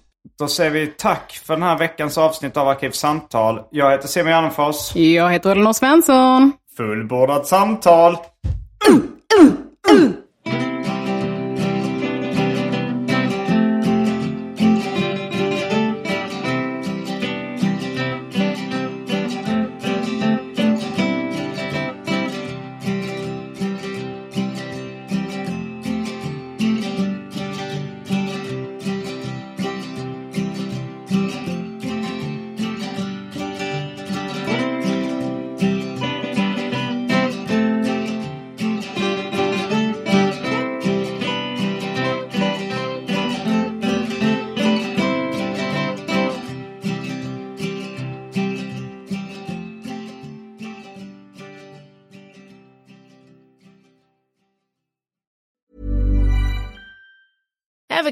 Då säger vi tack för den här veckans avsnitt av Arkivsamtal. Jag heter Simon Gärdenfors. Jag heter Elinor Svensson. Fullbordat samtal. Ever